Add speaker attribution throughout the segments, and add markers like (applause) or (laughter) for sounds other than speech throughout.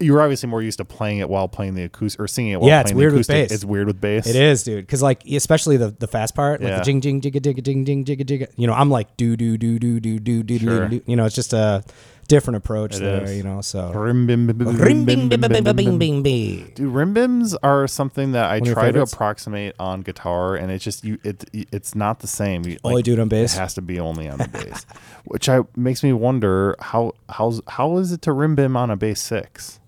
Speaker 1: you're obviously more used to playing it while playing the acoustic or singing it while
Speaker 2: Yeah, it's
Speaker 1: playing
Speaker 2: weird
Speaker 1: the
Speaker 2: with
Speaker 1: acoustic.
Speaker 2: bass.
Speaker 1: It's weird with bass.
Speaker 2: It is, dude. Because like, e, especially the the fast part, like
Speaker 1: Yeah.
Speaker 2: the jing jing jigga digga ding ding jigga digga. You know, I'm like do do do do do do do
Speaker 1: Sure.
Speaker 2: do do. You know, it's just a different approach there.
Speaker 1: is.
Speaker 2: You know, so
Speaker 1: Rim bim bim bim
Speaker 2: Ring,
Speaker 1: bim bim
Speaker 2: bing, bing,
Speaker 1: bim bim
Speaker 2: bing, bing,
Speaker 1: bim.
Speaker 2: bing, bing.
Speaker 1: Dude, rim bims are something that I
Speaker 2: of your
Speaker 1: try to
Speaker 2: favorites?
Speaker 1: approximate on guitar, and it's just you. It it's not the same. You,
Speaker 2: Only do it on bass?
Speaker 1: It has to be only on the bass, (laughs) which I makes me wonder how how's how is it to rim bim on a bass six?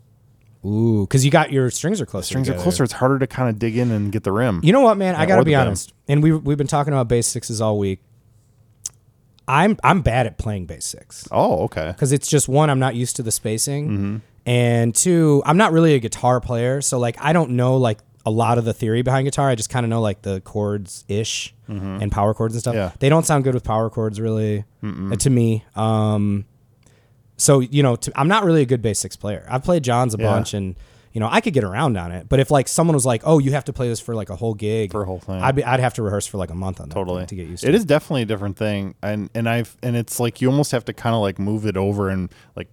Speaker 2: Ooh, because you got your strings are closer.
Speaker 1: Strings are
Speaker 2: together.
Speaker 1: closer. It's harder to kind of dig in and get the rim.
Speaker 2: You know what, man?
Speaker 1: Yeah,
Speaker 2: I gotta
Speaker 1: or the
Speaker 2: be
Speaker 1: bend.
Speaker 2: honest. And we we've been talking about bass sixes all week. I'm I'm bad at playing bass six.
Speaker 1: oh, okay.
Speaker 2: because it's just one i'm not used to the spacing
Speaker 1: Mm-hmm.
Speaker 2: and two i'm not really a guitar player so like i don't know like a lot of the theory behind guitar i just kind of know like the chords ish and power chords and stuff
Speaker 1: Mm-hmm. Yeah.
Speaker 2: they don't sound good with power chords really uh, to me um so you know to, i'm not really a good bass six player i've played john's a
Speaker 1: Yeah.
Speaker 2: bunch and you know i could get around on it but if like someone was like oh you have to play this for like a whole gig
Speaker 1: For a whole thing.
Speaker 2: i'd, be, I'd have to rehearse for like a month on that
Speaker 1: totally
Speaker 2: thing to get used to
Speaker 1: It is definitely a different thing, and and I've and it's like you almost have to kind of like move it over and like.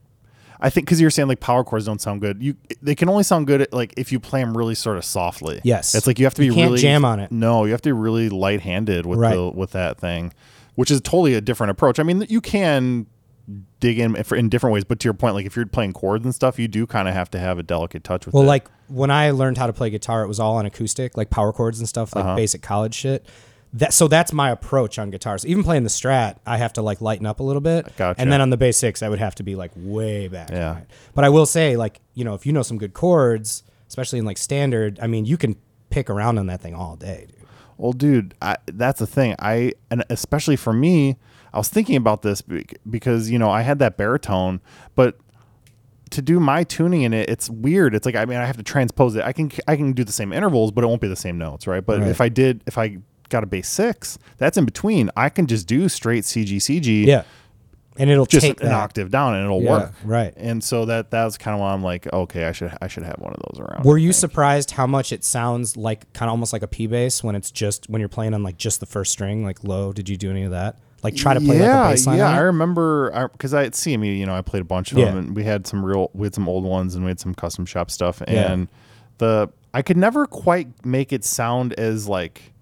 Speaker 1: I think because you're saying like power chords don't sound good. You they can only sound good at, like if you play them really sort of softly.
Speaker 2: Yes.
Speaker 1: it's like you have to be
Speaker 2: You can't
Speaker 1: really
Speaker 2: jam on it.
Speaker 1: No, you have to be really light handed with
Speaker 2: Right.
Speaker 1: the, with that thing, which is totally a different approach. I mean, you can dig in for, in different ways, but to your point, like if you're playing chords and stuff, you do kind of have to have a delicate touch with.
Speaker 2: Well,
Speaker 1: it.
Speaker 2: like when I learned how to play guitar, it was all on acoustic, like power chords and stuff, like
Speaker 1: Uh-huh.
Speaker 2: basic college shit. That so that's my approach on guitars. Even playing the Strat, I have to like lighten up a little bit,
Speaker 1: Gotcha.
Speaker 2: and then on the bass six, I would have to be like way back.
Speaker 1: Yeah.
Speaker 2: behind. But I will say, like you know, if you know some good chords, especially in like standard, I mean, you can pick around on that thing all day. Dude.
Speaker 1: Well, dude, I, that's the thing. I and especially for me, I was thinking about this bec- because you know I had that baritone, but to do my tuning in it, it's weird. It's like I mean I have to transpose it. I can I can do the same intervals, but it won't be the same notes, right? But
Speaker 2: Right.
Speaker 1: if I did, if I got a bass six, that's in between. I can just do straight CG CG,
Speaker 2: Yeah, and it'll
Speaker 1: just
Speaker 2: take
Speaker 1: an
Speaker 2: that.
Speaker 1: octave down, and it'll
Speaker 2: Yeah,
Speaker 1: work,
Speaker 2: right.
Speaker 1: And so that that's kind of why I'm like, okay, I should I should have one of those around.
Speaker 2: Were you surprised how much it sounds like kind of almost like a P bass when it's just when you're playing on like just the first string, like low? Did you do any of that? Like try to play
Speaker 1: yeah,
Speaker 2: like a bass line?
Speaker 1: Yeah,
Speaker 2: on it?
Speaker 1: I remember because I at CME, E, you know, I played a bunch of
Speaker 2: Yeah.
Speaker 1: them, and we had some real, we had some old ones, and we had some custom shop stuff,
Speaker 2: Yeah.
Speaker 1: and the I could never quite make it sound as like.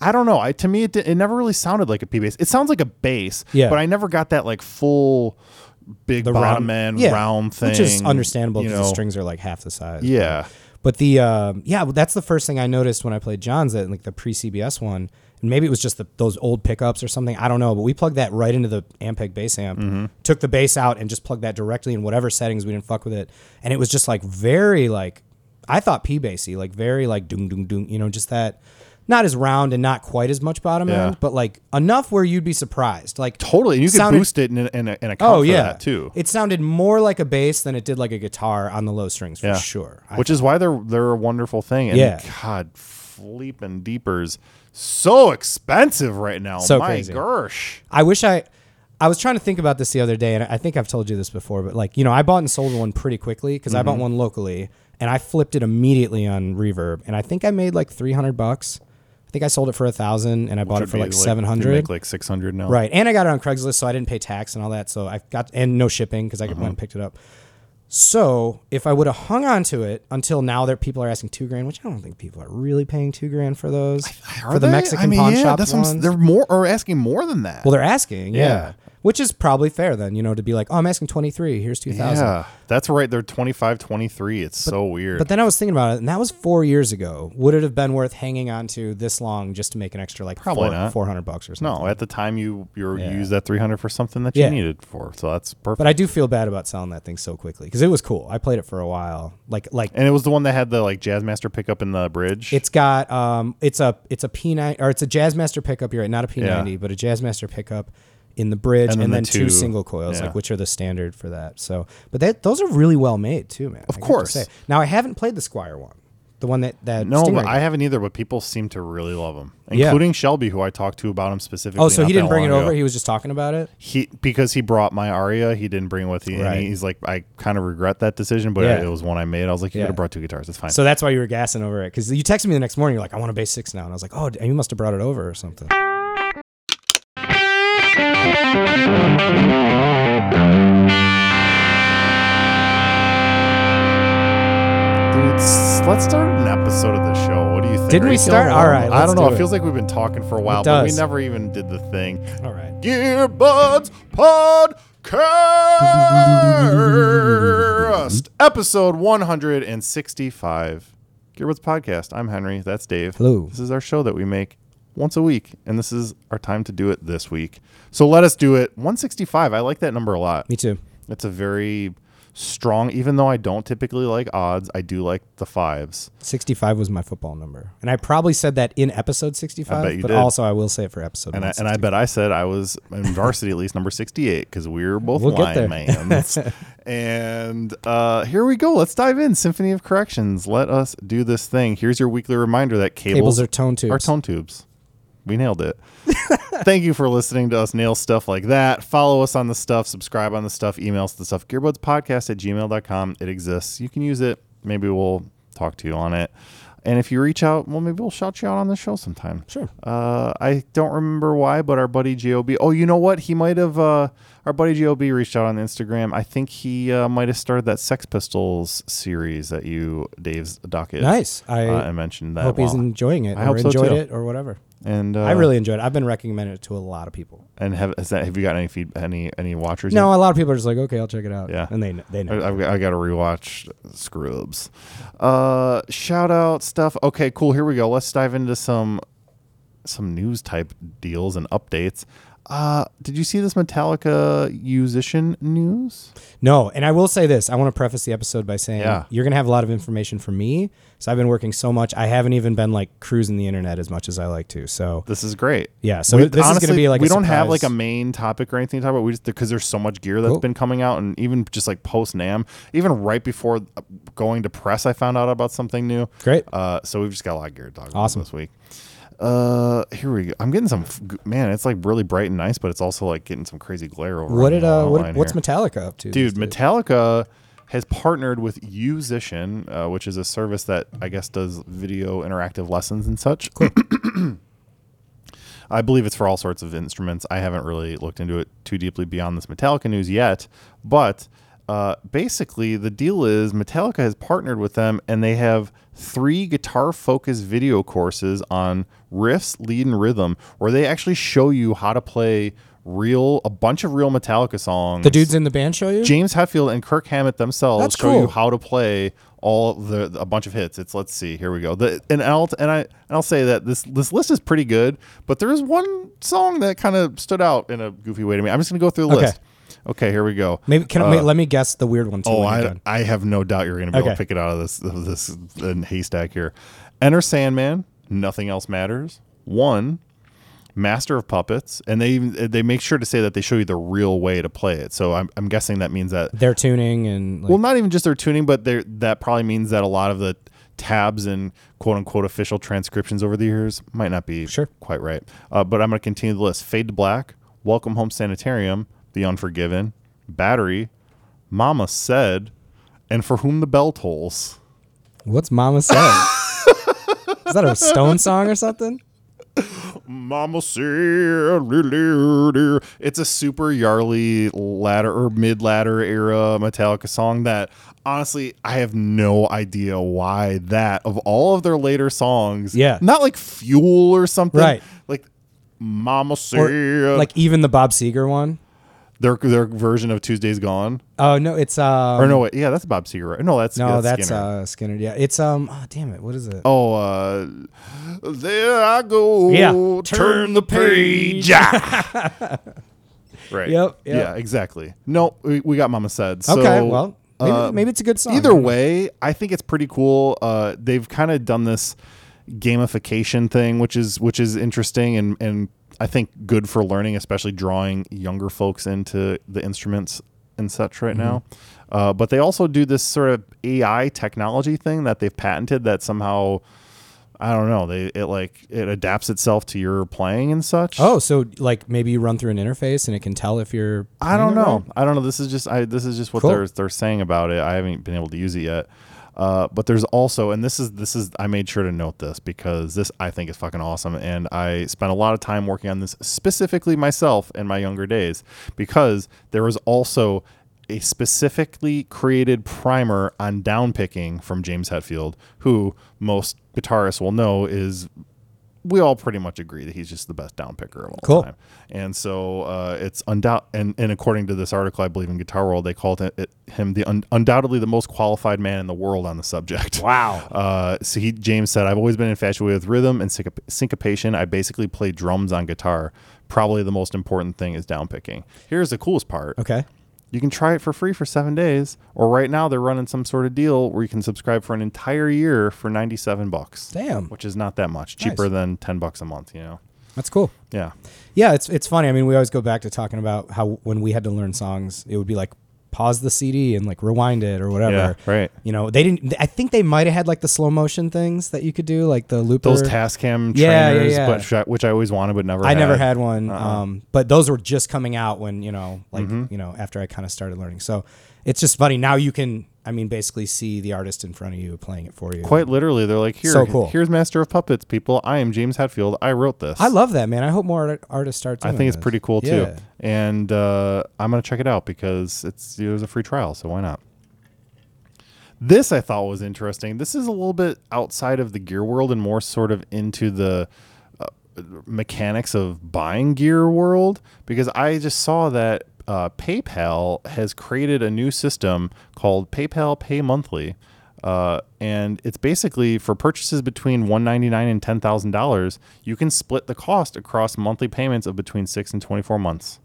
Speaker 1: I don't know. I to me it, di- it never really sounded like a P bass. It sounds like a bass,
Speaker 2: Yeah.
Speaker 1: but I never got that like full big
Speaker 2: the
Speaker 1: bottom
Speaker 2: round,
Speaker 1: end
Speaker 2: yeah,
Speaker 1: round thing.
Speaker 2: which is understandable
Speaker 1: you
Speaker 2: because the
Speaker 1: know.
Speaker 2: strings are like half the size.
Speaker 1: Yeah.
Speaker 2: but the um, yeah, well, that's the first thing I noticed when I played John's at like the pre CBS one. And maybe it was just the, those old pickups or something. I don't know, but we plugged that right into the Ampeg bass amp,
Speaker 1: Mm-hmm.
Speaker 2: took the bass out, and just plugged that directly in whatever settings we didn't fuck with it. And it was just like very like I thought P bassy, like very like doom doom doom. You know, just that not as round and not quite as much bottom
Speaker 1: Yeah.
Speaker 2: end, but like enough where you'd be surprised. Like
Speaker 1: Totally, and you can
Speaker 2: Sounded- Oh,
Speaker 1: boost it and and, and account for that too.
Speaker 2: It sounded more like a bass than it did like a guitar on the low strings for sure. I-
Speaker 1: Which is why they're they're a wonderful thing. And
Speaker 2: Yeah.
Speaker 1: God, Fleepin' Deepers, so expensive right now.
Speaker 2: So
Speaker 1: My
Speaker 2: crazy.
Speaker 1: gersh.
Speaker 2: I wish I I was trying to think about this the other day and I think I've told you this before, but like, you know, I bought and sold one pretty quickly because I
Speaker 1: Mm-hmm.
Speaker 2: bought one locally and I flipped it immediately on Reverb and I think I made like 300 bucks. I think I sold it for a 1000 and I bought it for
Speaker 1: Should be
Speaker 2: like
Speaker 1: they
Speaker 2: 700.
Speaker 1: Make like six hundred now.
Speaker 2: Right. And I got it on Craigslist, so I didn't pay tax and all that. So I got, and no shipping because I went
Speaker 1: Uh-huh.
Speaker 2: and picked it up. So if I would have hung on to it until now that people are asking two grand, which I don't think people are really paying two grand for those.
Speaker 1: Are
Speaker 2: for the
Speaker 1: they?
Speaker 2: Mexican
Speaker 1: I mean,
Speaker 2: pawn
Speaker 1: yeah,
Speaker 2: shop
Speaker 1: that's What I'm,
Speaker 2: ones.
Speaker 1: s- they're more are asking more than that.
Speaker 2: well, they're asking. Yeah.
Speaker 1: Yeah.
Speaker 2: Which is probably fair then, you know, to be like, oh, I'm asking 23. Here's 2000.
Speaker 1: yeah, that's right. They're 25, 23. It's so weird.
Speaker 2: But then I was thinking about it, and that was four years ago. Would it have been worth hanging on to this long just to make an extra like
Speaker 1: Probably
Speaker 2: four-
Speaker 1: not.
Speaker 2: 400 bucks or something?
Speaker 1: no, at the time you you
Speaker 2: Yeah.
Speaker 1: used that three hundred for something that
Speaker 2: Yeah.
Speaker 1: you needed for. So that's perfect.
Speaker 2: But I do feel bad about selling that thing so quickly because it was cool. I played it for a while. Like, like
Speaker 1: and it was the one that had the like Jazzmaster pickup in the bridge.
Speaker 2: It's got um, it's a it's a P nine or it's a Jazzmaster pickup. You're right, not a P ninety,
Speaker 1: Yeah.
Speaker 2: but a Jazzmaster pickup in the bridge,
Speaker 1: And
Speaker 2: and
Speaker 1: then
Speaker 2: then,
Speaker 1: the
Speaker 2: two,
Speaker 1: two-
Speaker 2: single coils,
Speaker 1: yeah.
Speaker 2: like which are the standard for that. So, but that those are really well made too, man. Of
Speaker 1: course.
Speaker 2: Now I haven't played the Squire one, the one that that
Speaker 1: no,
Speaker 2: Stingray
Speaker 1: but I
Speaker 2: got.
Speaker 1: haven't either. But people seem to really love them,
Speaker 2: Yeah.
Speaker 1: including Shelby, who I talked to about him specifically.
Speaker 2: oh, so
Speaker 1: not
Speaker 2: he
Speaker 1: that
Speaker 2: didn't bring it
Speaker 1: long ago.
Speaker 2: over. He was just talking about it.
Speaker 1: he because he brought my aria he didn't bring with him
Speaker 2: Right.
Speaker 1: and he's like i kind of regret that decision but
Speaker 2: Yeah.
Speaker 1: it was one i made i was like you
Speaker 2: Yeah.
Speaker 1: could have brought two guitars it's fine
Speaker 2: So that's why you were gassing over it because you texted me the next morning. You're like, I want a bass six now, and I was like, oh, d- you must have brought it over or something.
Speaker 1: let's start an episode of the show. What do you think?
Speaker 2: Didn't
Speaker 1: Are
Speaker 2: we
Speaker 1: you
Speaker 2: start?
Speaker 1: feeling
Speaker 2: All
Speaker 1: warm?
Speaker 2: right,
Speaker 1: I
Speaker 2: let's
Speaker 1: don't know.
Speaker 2: do
Speaker 1: It.
Speaker 2: it.
Speaker 1: feels like we've been talking for a while,
Speaker 2: It
Speaker 1: but we
Speaker 2: does.
Speaker 1: never even did the thing.
Speaker 2: All right.
Speaker 1: Gearbuds Podcast, episode 165. Gearbuds Podcast. I'm Henry. That's Dave.
Speaker 2: Hello.
Speaker 1: This is our show that we make once a week, and this is our time to do it this week. So let us do it. 165. I like that number a lot.
Speaker 2: Me too.
Speaker 1: It's a very strong, even though I don't typically like odds, I do like the fives.
Speaker 2: 65 was my football number. And I probably said that in episode 65,
Speaker 1: bet you
Speaker 2: but
Speaker 1: did.
Speaker 2: also I will say it for episode
Speaker 1: And I,
Speaker 2: 165.
Speaker 1: and I bet I said I was in varsity at least number 68 because we were both
Speaker 2: We'll get there. (laughs)
Speaker 1: linemans. and uh, here we go. Let's dive in. Symphony of Corrections. Let us do this thing. Here's your weekly reminder that cables,
Speaker 2: Cables are tone tubes.
Speaker 1: are tone tubes. We nailed it. (laughs) Thank you for listening to us nail stuff like that. Follow us on the stuff, subscribe on the stuff, email us the stuff, gearbudspodcast at gmail.com. It exists. You can use it. Maybe we'll talk to you on it. And if you reach out, well, maybe we'll shout you out on the show sometime.
Speaker 2: Sure.
Speaker 1: Uh, I don't remember why, but our buddy Gob. Oh, you know what? He might have. Uh, our buddy Gob reached out on Instagram. I think he uh, might have started that Sex Pistols series that you, Dave's docket.
Speaker 2: Nice. I
Speaker 1: Uh, I mentioned that.
Speaker 2: hope he's
Speaker 1: while-
Speaker 2: enjoying it
Speaker 1: I
Speaker 2: or
Speaker 1: hope so,
Speaker 2: enjoyed
Speaker 1: too.
Speaker 2: it or whatever.
Speaker 1: and uh,
Speaker 2: I really enjoyed it. I've been recommending it to a lot of people.
Speaker 1: And have has that, have you got any feed, any any watchers?
Speaker 2: No, a lot of people are just like, okay, I'll check it out.
Speaker 1: Yeah.
Speaker 2: And they, kn- they know.
Speaker 1: yet? I, I've got, I got to rewatch Scrubs. Uh, shout out stuff. Okay, cool. Here we go. Let's dive into some some news type deals and updates. Uh, did you see this Metallica musician news?
Speaker 2: No, and I will say this. I want to preface the episode by saying
Speaker 1: Yeah.
Speaker 2: you're going to have a lot of information from me. So I've been working so much. I haven't even been like cruising the internet as much as I like to. So
Speaker 1: This is great.
Speaker 2: yeah, so
Speaker 1: We-
Speaker 2: this is going to be like
Speaker 1: we
Speaker 2: a
Speaker 1: don't have
Speaker 2: surprise.
Speaker 1: like a main topic or anything to talk about. We just because there's so much gear that's
Speaker 2: Cool.
Speaker 1: been coming out, and even just like post Nam, even right before uh, going to press, I found out about something new.
Speaker 2: Great.
Speaker 1: Uh, so we've just got a lot of gear to talk
Speaker 2: Awesome.
Speaker 1: about this week. Uh, here we go. I'm getting some f- g- man. It's like really bright and nice, but it's also like getting some crazy glare over.
Speaker 2: What
Speaker 1: on
Speaker 2: did
Speaker 1: the
Speaker 2: uh
Speaker 1: line
Speaker 2: what, what's
Speaker 1: here.
Speaker 2: Metallica up to?
Speaker 1: dude?
Speaker 2: these days?
Speaker 1: Metallica has partnered with Musician, uh, which is a service that I guess does video interactive lessons and such. (coughs) I believe it's for all sorts of instruments. I haven't really looked into it too deeply beyond this Metallica news yet, but uh, basically the deal is Metallica has partnered with them, and they have three guitar-focused video courses on riffs, lead, and rhythm, where they actually show you how to play real a bunch of real Metallica songs.
Speaker 2: The dudes in the band show you?
Speaker 1: James Hetfield and Kirk Hammett themselves
Speaker 2: That's
Speaker 1: show you
Speaker 2: cool.
Speaker 1: how to play all the a bunch of hits. It's let's see, here we go. The, and I'll and I and I'll say that this this list is pretty good, but there is one song that kind of stood out in a goofy way to me. I'm just gonna go through the
Speaker 2: Okay.
Speaker 1: list. Okay, here we go.
Speaker 2: Maybe can I, wait, let me guess the weird one too.
Speaker 1: uh, Oh,
Speaker 2: when you're
Speaker 1: I,
Speaker 2: done.
Speaker 1: I have no doubt you're gonna be able to
Speaker 2: Okay.
Speaker 1: pick it out of this of this uh, haystack here. Enter Sandman. Nothing else matters. One. Master of Puppets, and they even they make sure to say that they show you the real way to play it. So I'm, I'm guessing that means that
Speaker 2: Their tuning and like,
Speaker 1: well, not even just their tuning, but their that probably means that a lot of the tabs and quote unquote official transcriptions over the years might not be
Speaker 2: Sure.
Speaker 1: quite right. Uh, but I'm going to continue the list: Fade to Black, Welcome Home Sanitarium, The Unforgiven, Battery, Mama Said, and For Whom the Bell Tolls.
Speaker 2: what's Mama say?
Speaker 1: (laughs)
Speaker 2: Is that a Stone song or something?
Speaker 1: Mama Said, dee, dee, dee. it's a super Yarly ladder or mid ladder era Metallica song that honestly I have no idea why that of all of their later songs,
Speaker 2: Yeah.
Speaker 1: not like Fuel or something,
Speaker 2: Right.
Speaker 1: Like Mama Said,
Speaker 2: Or, like even the Bob Seger one?
Speaker 1: their their version of Tuesday's Gone.
Speaker 2: Oh no, it's um,
Speaker 1: Or no, wait, yeah, that's Bob Seger. Right? No, that's
Speaker 2: no, that's
Speaker 1: Skinner.
Speaker 2: uh Skinner. Yeah, it's um. Oh damn it, what is it?
Speaker 1: Oh, uh, there I go.
Speaker 2: Yeah.
Speaker 1: Turn, the page.
Speaker 2: (laughs)
Speaker 1: Ah. right.
Speaker 2: Yep, yep.
Speaker 1: Yeah, exactly. No, we, we got Mama Said. So,
Speaker 2: okay, well maybe,
Speaker 1: uh,
Speaker 2: maybe it's a good song.
Speaker 1: Either way, I think it's pretty cool. Uh, they've kind of done this gamification thing, which is which is interesting and and I think good for learning, especially drawing younger folks into the instruments and such
Speaker 2: Mm-hmm.
Speaker 1: right now. Uh, but they also do this sort of AI technology thing that they've patented that somehow I don't know they it like it adapts itself to your playing and such.
Speaker 2: Oh, so like maybe you run through an interface and it can tell if you're.
Speaker 1: I don't
Speaker 2: playing it
Speaker 1: know.
Speaker 2: right?
Speaker 1: I don't know. This is just I this is just what
Speaker 2: Cool.
Speaker 1: they're they're saying about it. I haven't been able to use it yet. Uh, but there's also and this is this is I made sure to note this because this I think is fucking awesome and I spent a lot of time working on this specifically myself in my younger days because there was also a specifically created primer on downpicking from James Hetfield, who most guitarists will know is we all pretty much agree that he's just the best down picker of all
Speaker 2: Cool.
Speaker 1: time. And so uh, it's undoubt and, and according to this article, I believe in Guitar World, they called it, it- him the un- undoubtedly the most qualified man in the world on the subject.
Speaker 2: Wow.
Speaker 1: (laughs) Uh, so he James said, "I've always been infatuated with rhythm and syncop- syncopation. I basically play drums on guitar. Probably the most important thing is down picking. Here's the coolest part.
Speaker 2: Okay.
Speaker 1: You can try it for free for seven days, or right now they're running some sort of deal where you can subscribe for an entire year for ninety-seven bucks.
Speaker 2: Damn.
Speaker 1: which is not that much cheaper
Speaker 2: Nice.
Speaker 1: than ten bucks a month. You know,
Speaker 2: That's cool.
Speaker 1: yeah,
Speaker 2: Yeah, it's it's funny. I mean, we always go back to talking about how when we had to learn songs, it would be like pause the CD and like rewind it or whatever.
Speaker 1: Yeah, right.
Speaker 2: You know, they didn't. I think they might have had like the slow motion things that you could do, like the looper.
Speaker 1: those Tascam
Speaker 2: Yeah, yeah,
Speaker 1: trainers,
Speaker 2: yeah.
Speaker 1: but sh- which I always wanted but never.
Speaker 2: I
Speaker 1: had. Uh-uh.
Speaker 2: never had one, um, but those were just coming out when you know, like
Speaker 1: Mm-hmm.
Speaker 2: you know, after I kind of started learning. So it's just funny. Now you can, I mean, basically see the artist in front of you playing it for you.
Speaker 1: Quite literally, they're like, "Here,
Speaker 2: So cool.
Speaker 1: here's Master of Puppets, people. I am James Hetfield. I wrote this.
Speaker 2: I love that man. I hope more art- artists start.
Speaker 1: I
Speaker 2: Doing
Speaker 1: think it's
Speaker 2: this.
Speaker 1: pretty cool
Speaker 2: Yeah.
Speaker 1: too. And uh, I'm gonna check it out because it's it was a free trial, so why not? This I thought was interesting. This is a little bit outside of the gear world and more sort of into the uh, mechanics of buying gear world because I just saw that uh, PayPal has created a new system called PayPal Pay Monthly. Uh, and it's basically for purchases between 199 and $10,000, you can split the cost across monthly payments of between 6 and 24 months.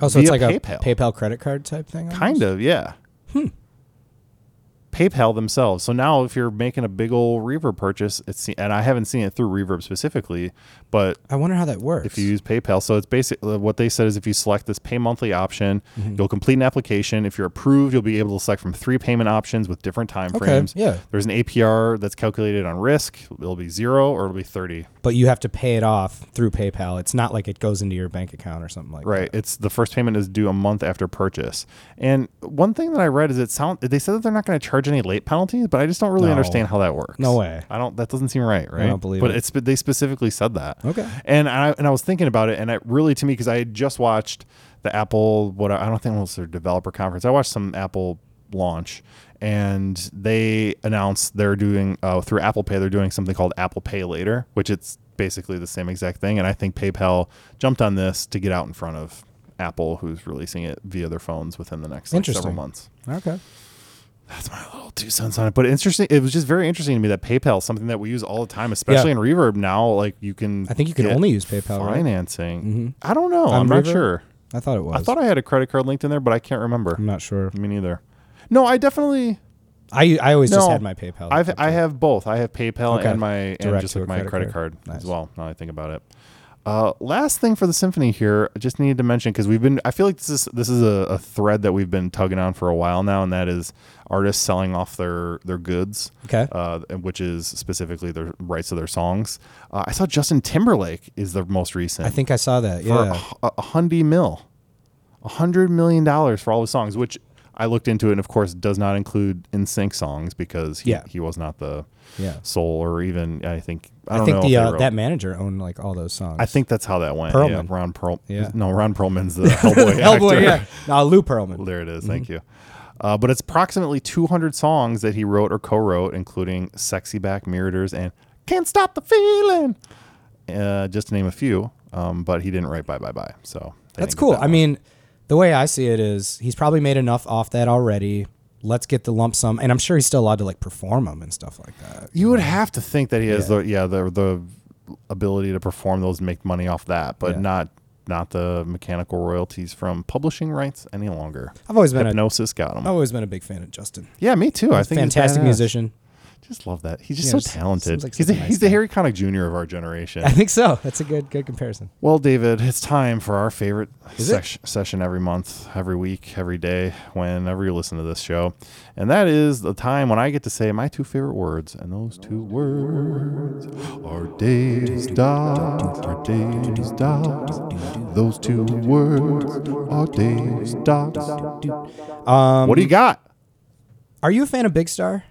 Speaker 2: Oh, so it's
Speaker 1: Via
Speaker 2: like
Speaker 1: PayPal.
Speaker 2: a PayPal credit card type thing. almost?
Speaker 1: Kind of, yeah. PayPal themselves. So now, if you're making a big old Reverb purchase, it's and I haven't seen it through Reverb specifically, but
Speaker 2: I wonder how that works.
Speaker 1: if you use PayPal. So it's basically what they said is if you select this pay monthly option,
Speaker 2: Mm-hmm.
Speaker 1: you'll complete an application. If you're approved, you'll be able to select from three payment options with different time frames.
Speaker 2: yeah.
Speaker 1: There's an APR that's calculated on risk. It'll be zero or it'll be 30.
Speaker 2: but you have to pay it off through PayPal. It's not like it goes into your bank account or something like
Speaker 1: Right. It's the first payment is due a month after purchase. And one thing that I read is it sound they said that they're not going to charge any late penalties, but I just don't really
Speaker 2: No.
Speaker 1: understand how that works.
Speaker 2: No way.
Speaker 1: I don't. That doesn't seem right. Right.
Speaker 2: don't believe
Speaker 1: but
Speaker 2: it.
Speaker 1: it's but they specifically said that.
Speaker 2: Okay.
Speaker 1: And I and I was thinking about it, and it really to me because I had just watched the Apple what I don't think it was their developer conference. I watched some Apple launch and they announced they're doing uh, through Apple Pay they're doing something called Apple Pay Later, which it's basically the same exact thing. And I think PayPal jumped on this to get out in front of Apple, who's releasing it via their phones within the next like, several
Speaker 2: Interesting.
Speaker 1: months
Speaker 2: that. Okay.
Speaker 1: that's my little two cents on it. But interesting, it was just very interesting to me that PayPal is something that we use all the time, especially
Speaker 2: Yeah.
Speaker 1: in Reverb now. Like you can,
Speaker 2: I think you can
Speaker 1: get
Speaker 2: only use PayPal, right? Mm-hmm.
Speaker 1: financing. I don't know. I'm
Speaker 2: On
Speaker 1: not
Speaker 2: Reverb?
Speaker 1: sure.
Speaker 2: I thought it was.
Speaker 1: I thought Mm. I had a credit card linked in there, but I can't remember.
Speaker 2: I'm not sure.
Speaker 1: Me neither. No, I definitely
Speaker 2: I I always just
Speaker 1: no.
Speaker 2: had my PayPal.
Speaker 1: I've I have both. I have PayPal
Speaker 2: Okay.
Speaker 1: and my and
Speaker 2: Direct
Speaker 1: just
Speaker 2: to
Speaker 1: like
Speaker 2: a
Speaker 1: my
Speaker 2: credit
Speaker 1: credit card,
Speaker 2: card.
Speaker 1: as
Speaker 2: Nice.
Speaker 1: well. Now that I think about it. Uh, last thing for the symphony here, I just needed to mention because we've been. I feel like this is this is a, a thread that we've been tugging on for a while now, and that is artists selling off their their goods.
Speaker 2: Okay.
Speaker 1: Uh, and which is specifically their rights to their songs. Uh, I saw Justin Timberlake is the most recent
Speaker 2: I think I saw that.
Speaker 1: for
Speaker 2: Yeah.
Speaker 1: a, a hundred mil, a hundred million dollars for all his songs, which I looked into it and of course does not include in sync songs because he,
Speaker 2: Yeah.
Speaker 1: he was not the
Speaker 2: Yeah.
Speaker 1: soul or even I think I
Speaker 2: I,
Speaker 1: don't
Speaker 2: think
Speaker 1: know
Speaker 2: the
Speaker 1: if they
Speaker 2: uh,
Speaker 1: wrote-
Speaker 2: that manager owned like all those songs.
Speaker 1: I
Speaker 2: (laughs)
Speaker 1: think that's how that went. Yeah,
Speaker 2: Perlman.
Speaker 1: Ron Perl.
Speaker 2: Yeah.
Speaker 1: No, Ron Perlman's
Speaker 2: (laughs)
Speaker 1: the Hellboy.
Speaker 2: Hellboy.
Speaker 1: actor.
Speaker 2: Oh,
Speaker 1: (laughs)
Speaker 2: Yeah. Mm-hmm. No, Lou Pearlman.
Speaker 1: There it is. Thank you. Uh, but it's approximately 200 songs that he wrote or co-wrote, including "Sexy Back Mirrors" and "Can't Stop the Feeling," uh, just to name a few. Um, but he didn't write "Bye Bye Bye," so they
Speaker 2: That's
Speaker 1: didn't get
Speaker 2: cool.
Speaker 1: that
Speaker 2: I mean, the way I see it is he's probably made enough off that already. Let's get the lump sum, and I'm sure he's still allowed to like perform them and stuff like that.
Speaker 1: You would have to think that he has the yeah the the ability to perform those and make money off that, but
Speaker 2: Yeah.
Speaker 1: not not the mechanical royalties from publishing rights any longer.
Speaker 2: I've always been a,
Speaker 1: Hypnosis got him.
Speaker 2: I've always been a big fan of Justin.
Speaker 1: yeah, me too. I think he's
Speaker 2: Fantastic
Speaker 1: badass.
Speaker 2: musician.
Speaker 1: Just love that. He's just
Speaker 2: Yeah,
Speaker 1: so
Speaker 2: just
Speaker 1: talented.
Speaker 2: seems like
Speaker 1: he's the,
Speaker 2: such a nice
Speaker 1: he's the
Speaker 2: guy.
Speaker 1: Harry Connick Jr. of our generation.
Speaker 2: (laughs) I think so. That's a good good comparison.
Speaker 1: well, David, it's time for our favorite
Speaker 2: it?
Speaker 1: sesh- session every month, every week, every day, whenever you listen to this show, and that is the time when I get to say my two favorite words, and those two words are Dave's dot, are Dave's dot. Those two words are Dave's dots.
Speaker 2: Um,
Speaker 1: What do you got?
Speaker 2: Are you a fan of Big Star?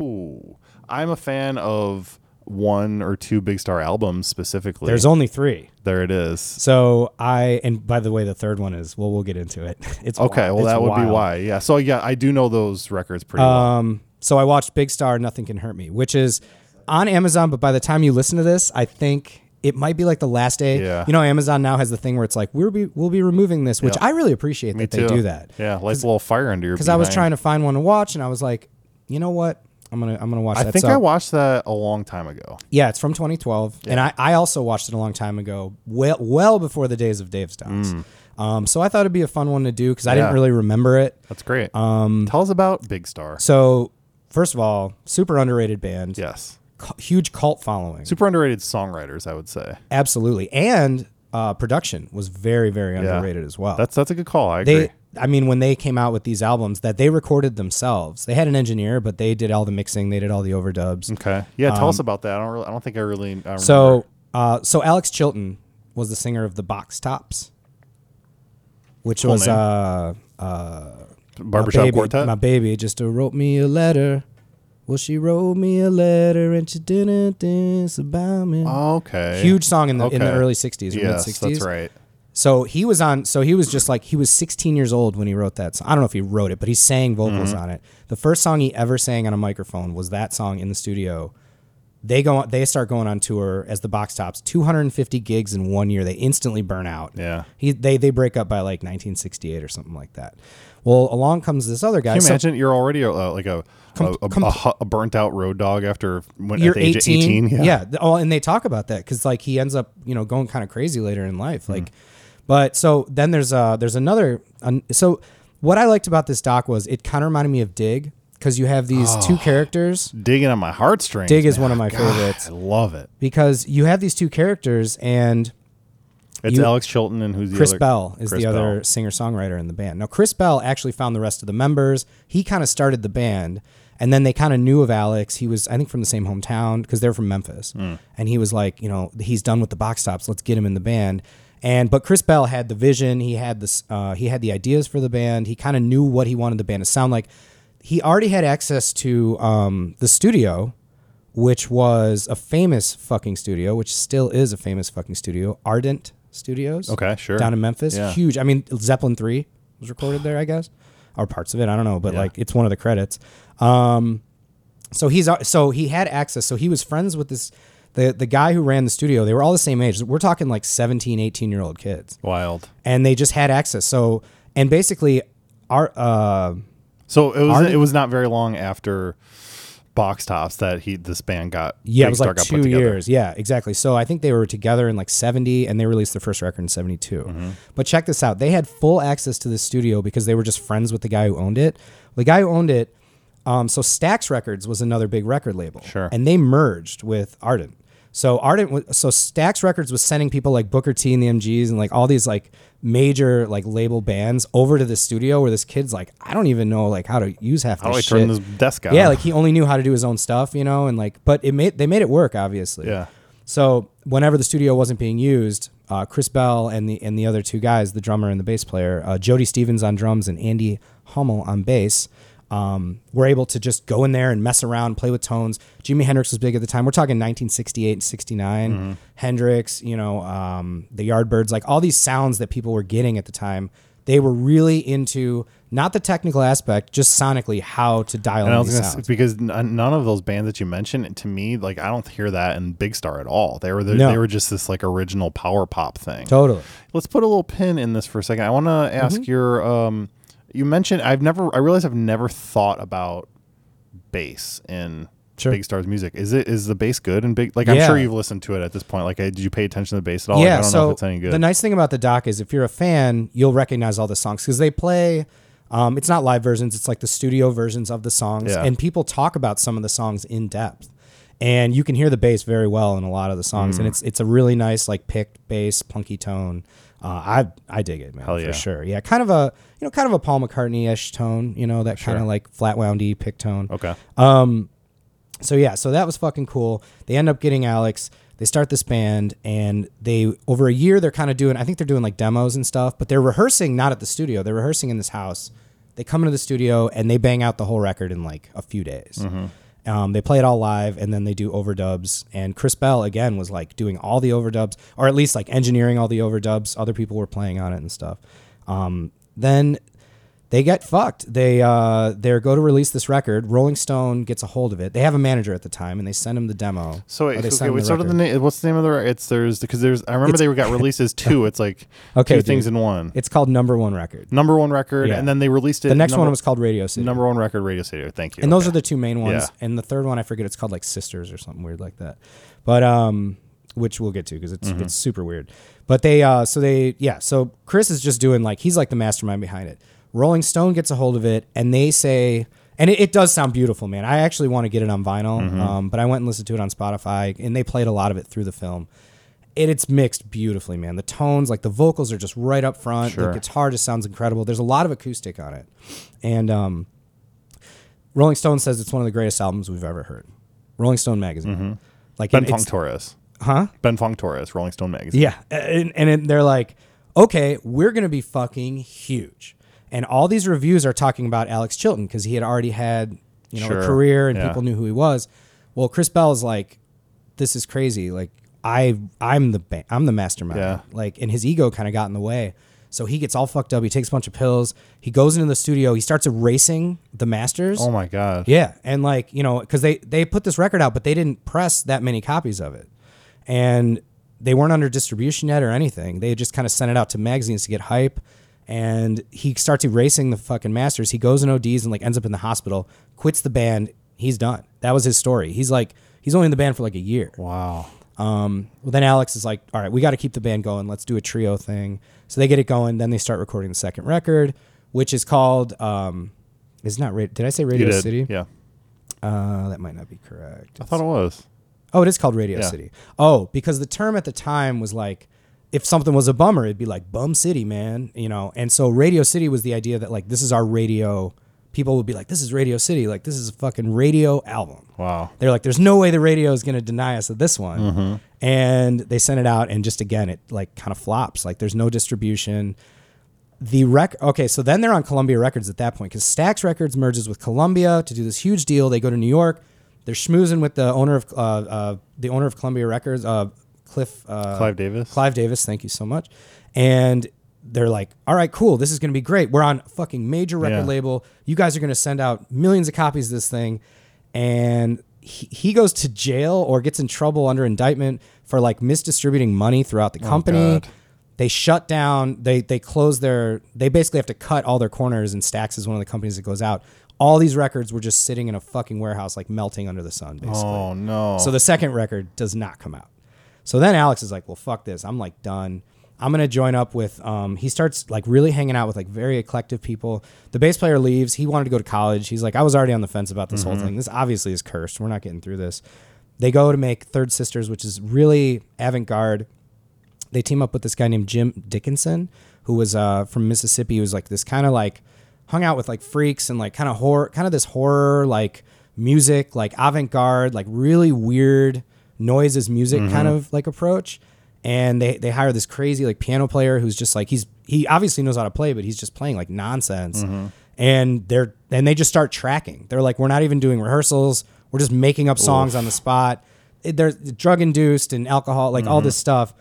Speaker 1: Ooh, I'm a fan of one or two Big Star albums specifically.
Speaker 2: There's only three.
Speaker 1: there it is.
Speaker 2: So I and by the way, the third one is well, we'll get into it. (laughs) It's
Speaker 1: Okay,
Speaker 2: wild.
Speaker 1: well
Speaker 2: It's
Speaker 1: that would be
Speaker 2: wild.
Speaker 1: why. Yeah. So yeah, I do know those records pretty well.
Speaker 2: Um, so I watched Big Star, Nothing Can Hurt Me, which is on Amazon. But by the time you listen to this, I think it might be like the last day.
Speaker 1: Yeah.
Speaker 2: You know, Amazon now has the thing where it's like we'll be we'll be removing this, which I really appreciate that they
Speaker 1: too.
Speaker 2: do that.
Speaker 1: Yeah, lights a little fire under your.
Speaker 2: Because I was
Speaker 1: behind.
Speaker 2: trying to find one to watch, and I was like, you know what, I'm gonna I'm gonna watch that.
Speaker 1: I think
Speaker 2: So-
Speaker 1: I watched that a long time ago.
Speaker 2: yeah, it's from 2012, and I, I also watched it a long time ago, well well before the days of Dave's Dogs. Um, so I thought it'd be a fun one to do because I
Speaker 1: Mm. Yeah.
Speaker 2: didn't really remember it.
Speaker 1: That's great. Um, Tell us about Big Star.
Speaker 2: So first of all, super underrated band,
Speaker 1: Yes,
Speaker 2: cu- huge cult following.
Speaker 1: super underrated songwriters. I would say
Speaker 2: Absolutely. And uh, production was very, very underrated as well.
Speaker 1: that's that's a good call. I agree.
Speaker 2: they I mean, when they came out with these albums that they recorded themselves. They had an engineer, but they did all the mixing, they did all the overdubs.
Speaker 1: okay. Yeah. Tell us about that. I don't. Really, I don't think I really. I remember.
Speaker 2: um, So uh, so Alex Chilton was the singer of the Box Tops. Which was
Speaker 1: name.
Speaker 2: uh,
Speaker 1: barbershop
Speaker 2: baby,
Speaker 1: quartet.
Speaker 2: My baby just uh, wrote me a letter. Well, she wrote me a letter and she didn't dance about me.
Speaker 1: okay.
Speaker 2: Huge song in the in the
Speaker 1: Okay.
Speaker 2: early '60s or mid
Speaker 1: Yes,
Speaker 2: '60s.
Speaker 1: that's right.
Speaker 2: So he was on. So he was just like he was 16 years old when he wrote that song. I don't know if he wrote it, but he sang vocals
Speaker 1: Mm-hmm.
Speaker 2: on it. The first song he ever sang on a microphone was that song in the studio. They go. They start going on tour as the Box Tops. 250 gigs in one year. They instantly burn out.
Speaker 1: Yeah.
Speaker 2: He they they break up by like 1968 or something like that. Well, along comes this other guy.
Speaker 1: Can you
Speaker 2: So-
Speaker 1: imagine you're already uh, like a a, a, a hu- a burnt out road dog after when, at
Speaker 2: you're
Speaker 1: the age
Speaker 2: 18.
Speaker 1: of 18?
Speaker 2: yeah. th- Oh, and they talk about that because like he ends up, you know, going kind of crazy later in
Speaker 1: Hmm.
Speaker 2: life. Like, but so then there's uh there's another. an- so what I liked about this doc was it kind of reminded me of Dig because you have these
Speaker 1: Oh.
Speaker 2: two characters.
Speaker 1: Digging on my heartstrings.
Speaker 2: Dig is
Speaker 1: man.
Speaker 2: one of my
Speaker 1: God,
Speaker 2: favorites
Speaker 1: I love it.
Speaker 2: because you have these two characters and
Speaker 1: It's
Speaker 2: You-
Speaker 1: Alex Chilton and who's the
Speaker 2: Chris
Speaker 1: other?
Speaker 2: Bell is
Speaker 1: Chris
Speaker 2: the other
Speaker 1: Bell.
Speaker 2: singer songwriter in the band. Now, Chris Bell actually found the rest of the members. He kind of started the band, and then they kind of knew of Alex. He was, I think, from the same hometown because they're from Memphis.
Speaker 1: Hmm.
Speaker 2: And he was like, you know, he's done with the box tops. Let's get him in the band. And but Chris Bell had the vision. He had this. Uh, he had the ideas for the band. He kind of knew what he wanted the band to sound like. He already had access to um, the studio which was a famous fucking studio, which still is a famous fucking studio, Ardent Studios.
Speaker 1: Okay, sure.
Speaker 2: Down in Memphis,
Speaker 1: Yeah.
Speaker 2: huge. I mean, Zeppelin three was recorded there, I guess, or parts of it. I don't know, but
Speaker 1: Yeah.
Speaker 2: like it's one of the credits. Um, so he's uh, so he had access. So he was friends with this the the guy who ran the studio. They were all the same age. We're talking like 17, 18 year old kids,
Speaker 1: Wild.
Speaker 2: and they just had access. So and basically, our uh,
Speaker 1: So it was
Speaker 2: Arden-
Speaker 1: it was not very long after Box Tops that he this band got
Speaker 2: Yeah, it
Speaker 1: Big
Speaker 2: was
Speaker 1: Star
Speaker 2: like
Speaker 1: got put
Speaker 2: two
Speaker 1: together.
Speaker 2: years. Yeah, exactly. So I think they were together in like 70 and they released their first record in 72.
Speaker 1: Mm-hmm.
Speaker 2: But check this out. They had full access to the studio because they were just friends with the guy who owned it. The guy who owned it, um, so Stax Records was another big record label.
Speaker 1: Sure.
Speaker 2: And they merged with Ardent. So Ardent, wa- so Stax Records was sending people like Booker T and the MGs and like all these like major like label bands over to the studio where this kid's like, I don't even know like how to use half
Speaker 1: How do I
Speaker 2: this
Speaker 1: turn
Speaker 2: shit.
Speaker 1: Oh, this desk out?
Speaker 2: Yeah, like he only knew how to do his own stuff, you know, and like, but it made they made it work, obviously.
Speaker 1: Yeah.
Speaker 2: So whenever the studio wasn't being used, uh, Chris Bell and the and the other two guys, the drummer and the bass player, uh, Jody Stevens on drums and Andy Hummel on bass, um, were able to just go in there and mess around, play with tones. Jimi Hendrix was big at the time. We're talking 1968 and 69.
Speaker 1: Mm-hmm.
Speaker 2: Hendrix, you know, um, the Yardbirds, like all these sounds that people were getting at the time. They were really into not the technical aspect, just sonically how to dial
Speaker 1: and I
Speaker 2: in
Speaker 1: was
Speaker 2: these
Speaker 1: gonna say,
Speaker 2: sounds.
Speaker 1: because n- none of those bands that you mentioned to me, like I don't hear that in Big Star at all. They were the,
Speaker 2: No.
Speaker 1: they were just this like original power pop thing.
Speaker 2: Totally.
Speaker 1: Let's put a little pin in this for a second. I want to ask
Speaker 2: Mm-hmm.
Speaker 1: your um you mentioned I've never I realize I've never thought about bass in
Speaker 2: Sure.
Speaker 1: Big Star's music. Is it is the bass good and big like I'm
Speaker 2: Yeah.
Speaker 1: sure you've listened to it at this point. Like I, did you pay attention to the bass at all? Like, I don't know if it's any good.
Speaker 2: The nice thing about the doc is if you're a fan, you'll recognize all the songs because they play. Um, it's not live versions; it's like the studio versions of the songs,
Speaker 1: Yeah.
Speaker 2: and people talk about some of the songs in depth. And you can hear the bass very well in a lot of the songs,
Speaker 1: Mm.
Speaker 2: and it's it's a really nice like picked bass, plunky tone. Uh, I I dig it, man,
Speaker 1: yeah.
Speaker 2: for sure. Yeah, kind of a you know kind of a Paul McCartney ish tone, you know that kind of like flat woundy pick tone.
Speaker 1: okay.
Speaker 2: So yeah, so that was fucking cool. They end up getting Alex. They start this band, and they over a year they're kind of doing. I think they're doing like demos and stuff, but they're rehearsing not at the studio. They're rehearsing in this house. They come into the studio and they bang out the whole record in like a few days. Um, they play it all live and then they do overdubs. And Chris Bell again was like doing all the overdubs, or at least like engineering all the overdubs. Other people were playing on it and stuff. Um, then they get fucked. They uh, they're go to release this record. Rolling Stone gets a hold of it. They have a manager at the time and they send him the demo.
Speaker 1: So
Speaker 2: Or
Speaker 1: wait,
Speaker 2: they
Speaker 1: okay,
Speaker 2: send him
Speaker 1: wait, so did the
Speaker 2: record.
Speaker 1: name? What's the name of the? re- It's there's because there's. I remember they got
Speaker 2: (laughs)
Speaker 1: releases two. It's like
Speaker 2: Okay,
Speaker 1: two
Speaker 2: dude.
Speaker 1: things in one.
Speaker 2: It's called Number One Record.
Speaker 1: Number one record,
Speaker 2: Yeah.
Speaker 1: and then they released it.
Speaker 2: The next
Speaker 1: number,
Speaker 2: one was called Radio City.
Speaker 1: number one record radio studio. Thank you.
Speaker 2: and those
Speaker 1: Okay.
Speaker 2: are the two main ones.
Speaker 1: Yeah.
Speaker 2: And the third one, I forget, it's called like Sisters or something weird like that. But um, which we'll get to because it's
Speaker 1: Mm-hmm.
Speaker 2: it's super weird. But they uh, so they yeah, so Chris is just doing like he's like the mastermind behind it. Rolling Stone gets a hold of it, and they say, and it, it does sound beautiful, man. I actually want to get it on vinyl,
Speaker 1: Mm-hmm.
Speaker 2: um, but I went and listened to it on Spotify, and they played a lot of it through the film. It, it's mixed beautifully, man. The tones, like the vocals, are just right up front.
Speaker 1: Sure.
Speaker 2: The guitar just sounds incredible. There's a lot of acoustic on it, and um, Rolling Stone says it's one of the greatest albums we've ever heard. Rolling Stone magazine. Like
Speaker 1: Mm-hmm. Ben
Speaker 2: and
Speaker 1: Fong
Speaker 2: it's,
Speaker 1: Torres.
Speaker 2: huh?
Speaker 1: Ben Fong Torres, Rolling Stone magazine.
Speaker 2: Yeah, and and it- they're like, okay, we're gonna be fucking huge. And all these reviews are talking about Alex Chilton because he had already had you know
Speaker 1: Sure.
Speaker 2: a career and
Speaker 1: Yeah.
Speaker 2: people knew who he was. Well, Chris Bell's like, this is crazy. Like I I'm the ba- I'm the mastermind.
Speaker 1: Yeah.
Speaker 2: Like and his ego kind of got in the way. So he gets all fucked up. He takes a bunch of pills. He goes into the studio. He starts erasing the masters.
Speaker 1: Oh my god.
Speaker 2: Yeah, and like you know, because they they put this record out, but they didn't press that many copies of it, and they weren't under distribution yet or anything. They just kind of sent it out to magazines to get hype. And he starts erasing the fucking masters. He goes in ODs and like ends up in the hospital, quits the band. He's done. That was his story. He's like he's only in the band for like a year.
Speaker 1: Wow.
Speaker 2: Um, well, then Alex is like, all right, we got to keep the band going. Let's do a trio thing. So they get it going. Then they start recording the second record, which is called. Um, it's not. Ra- did I say Radio
Speaker 1: you did.
Speaker 2: City?
Speaker 1: Yeah.
Speaker 2: Uh, that might not be correct.
Speaker 1: I thought it was.
Speaker 2: oh, it is called Radio
Speaker 1: Yeah.
Speaker 2: City. Oh, because the term at the time was like, if something was a bummer, it'd be like Bum City, man. You know, and so Radio City was the idea that like this is our radio. People would be like, this is Radio City. Like this is a fucking radio album.
Speaker 1: Wow.
Speaker 2: They're like, there's no way the radio is going to deny us of this one. And they sent it out, and just again, it like kind of flops. Like there's no distribution. The rec, okay, so then they're on Columbia Records at that point because Stax Records merges with Columbia to do this huge deal. They go to New York. They're schmoozing with the owner of uh, uh, the owner of Columbia Records, uh, Cliff uh,
Speaker 1: Clive Davis.
Speaker 2: Clive Davis, thank you so much. And they're like, all right, cool. This is going to be great. We're on a fucking major record
Speaker 1: Yeah.
Speaker 2: label. You guys are going to send out millions of copies of this thing. And he, he goes to jail or gets in trouble under indictment for like misdistributing money throughout the company.
Speaker 1: Oh, God.
Speaker 2: they shut down. They they close their. They basically have to cut all their corners. And Stax is one of the companies that goes out. All these records were just sitting in a fucking warehouse, like melting under the sun, basically.
Speaker 1: Oh no.
Speaker 2: So the second record does not come out. So then Alex is like, well, fuck this. I'm like done. I'm gonna join up with. Um, he starts like really hanging out with like very eclectic people. The bass player leaves. He wanted to go to college. He's like, I was already on the fence about this whole thing. This obviously is cursed. We're not getting through this. They go to make Third Sisters, which is really avant-garde they team up with this guy named Jim Dickinson, who was uh, from Mississippi, who was like this kind of like hung out with like freaks and like kind of horror, kind of this horror like music, like avant garde, like really weird noises music kind of like approach. And they they hire this crazy like piano player who's just like he's he obviously knows how to play, but he's just playing like nonsense. And they're and they just start tracking. They're like, we're not even doing rehearsals. We're just making up songs on the spot. It- They're drug induced and alcohol, like all this stuff.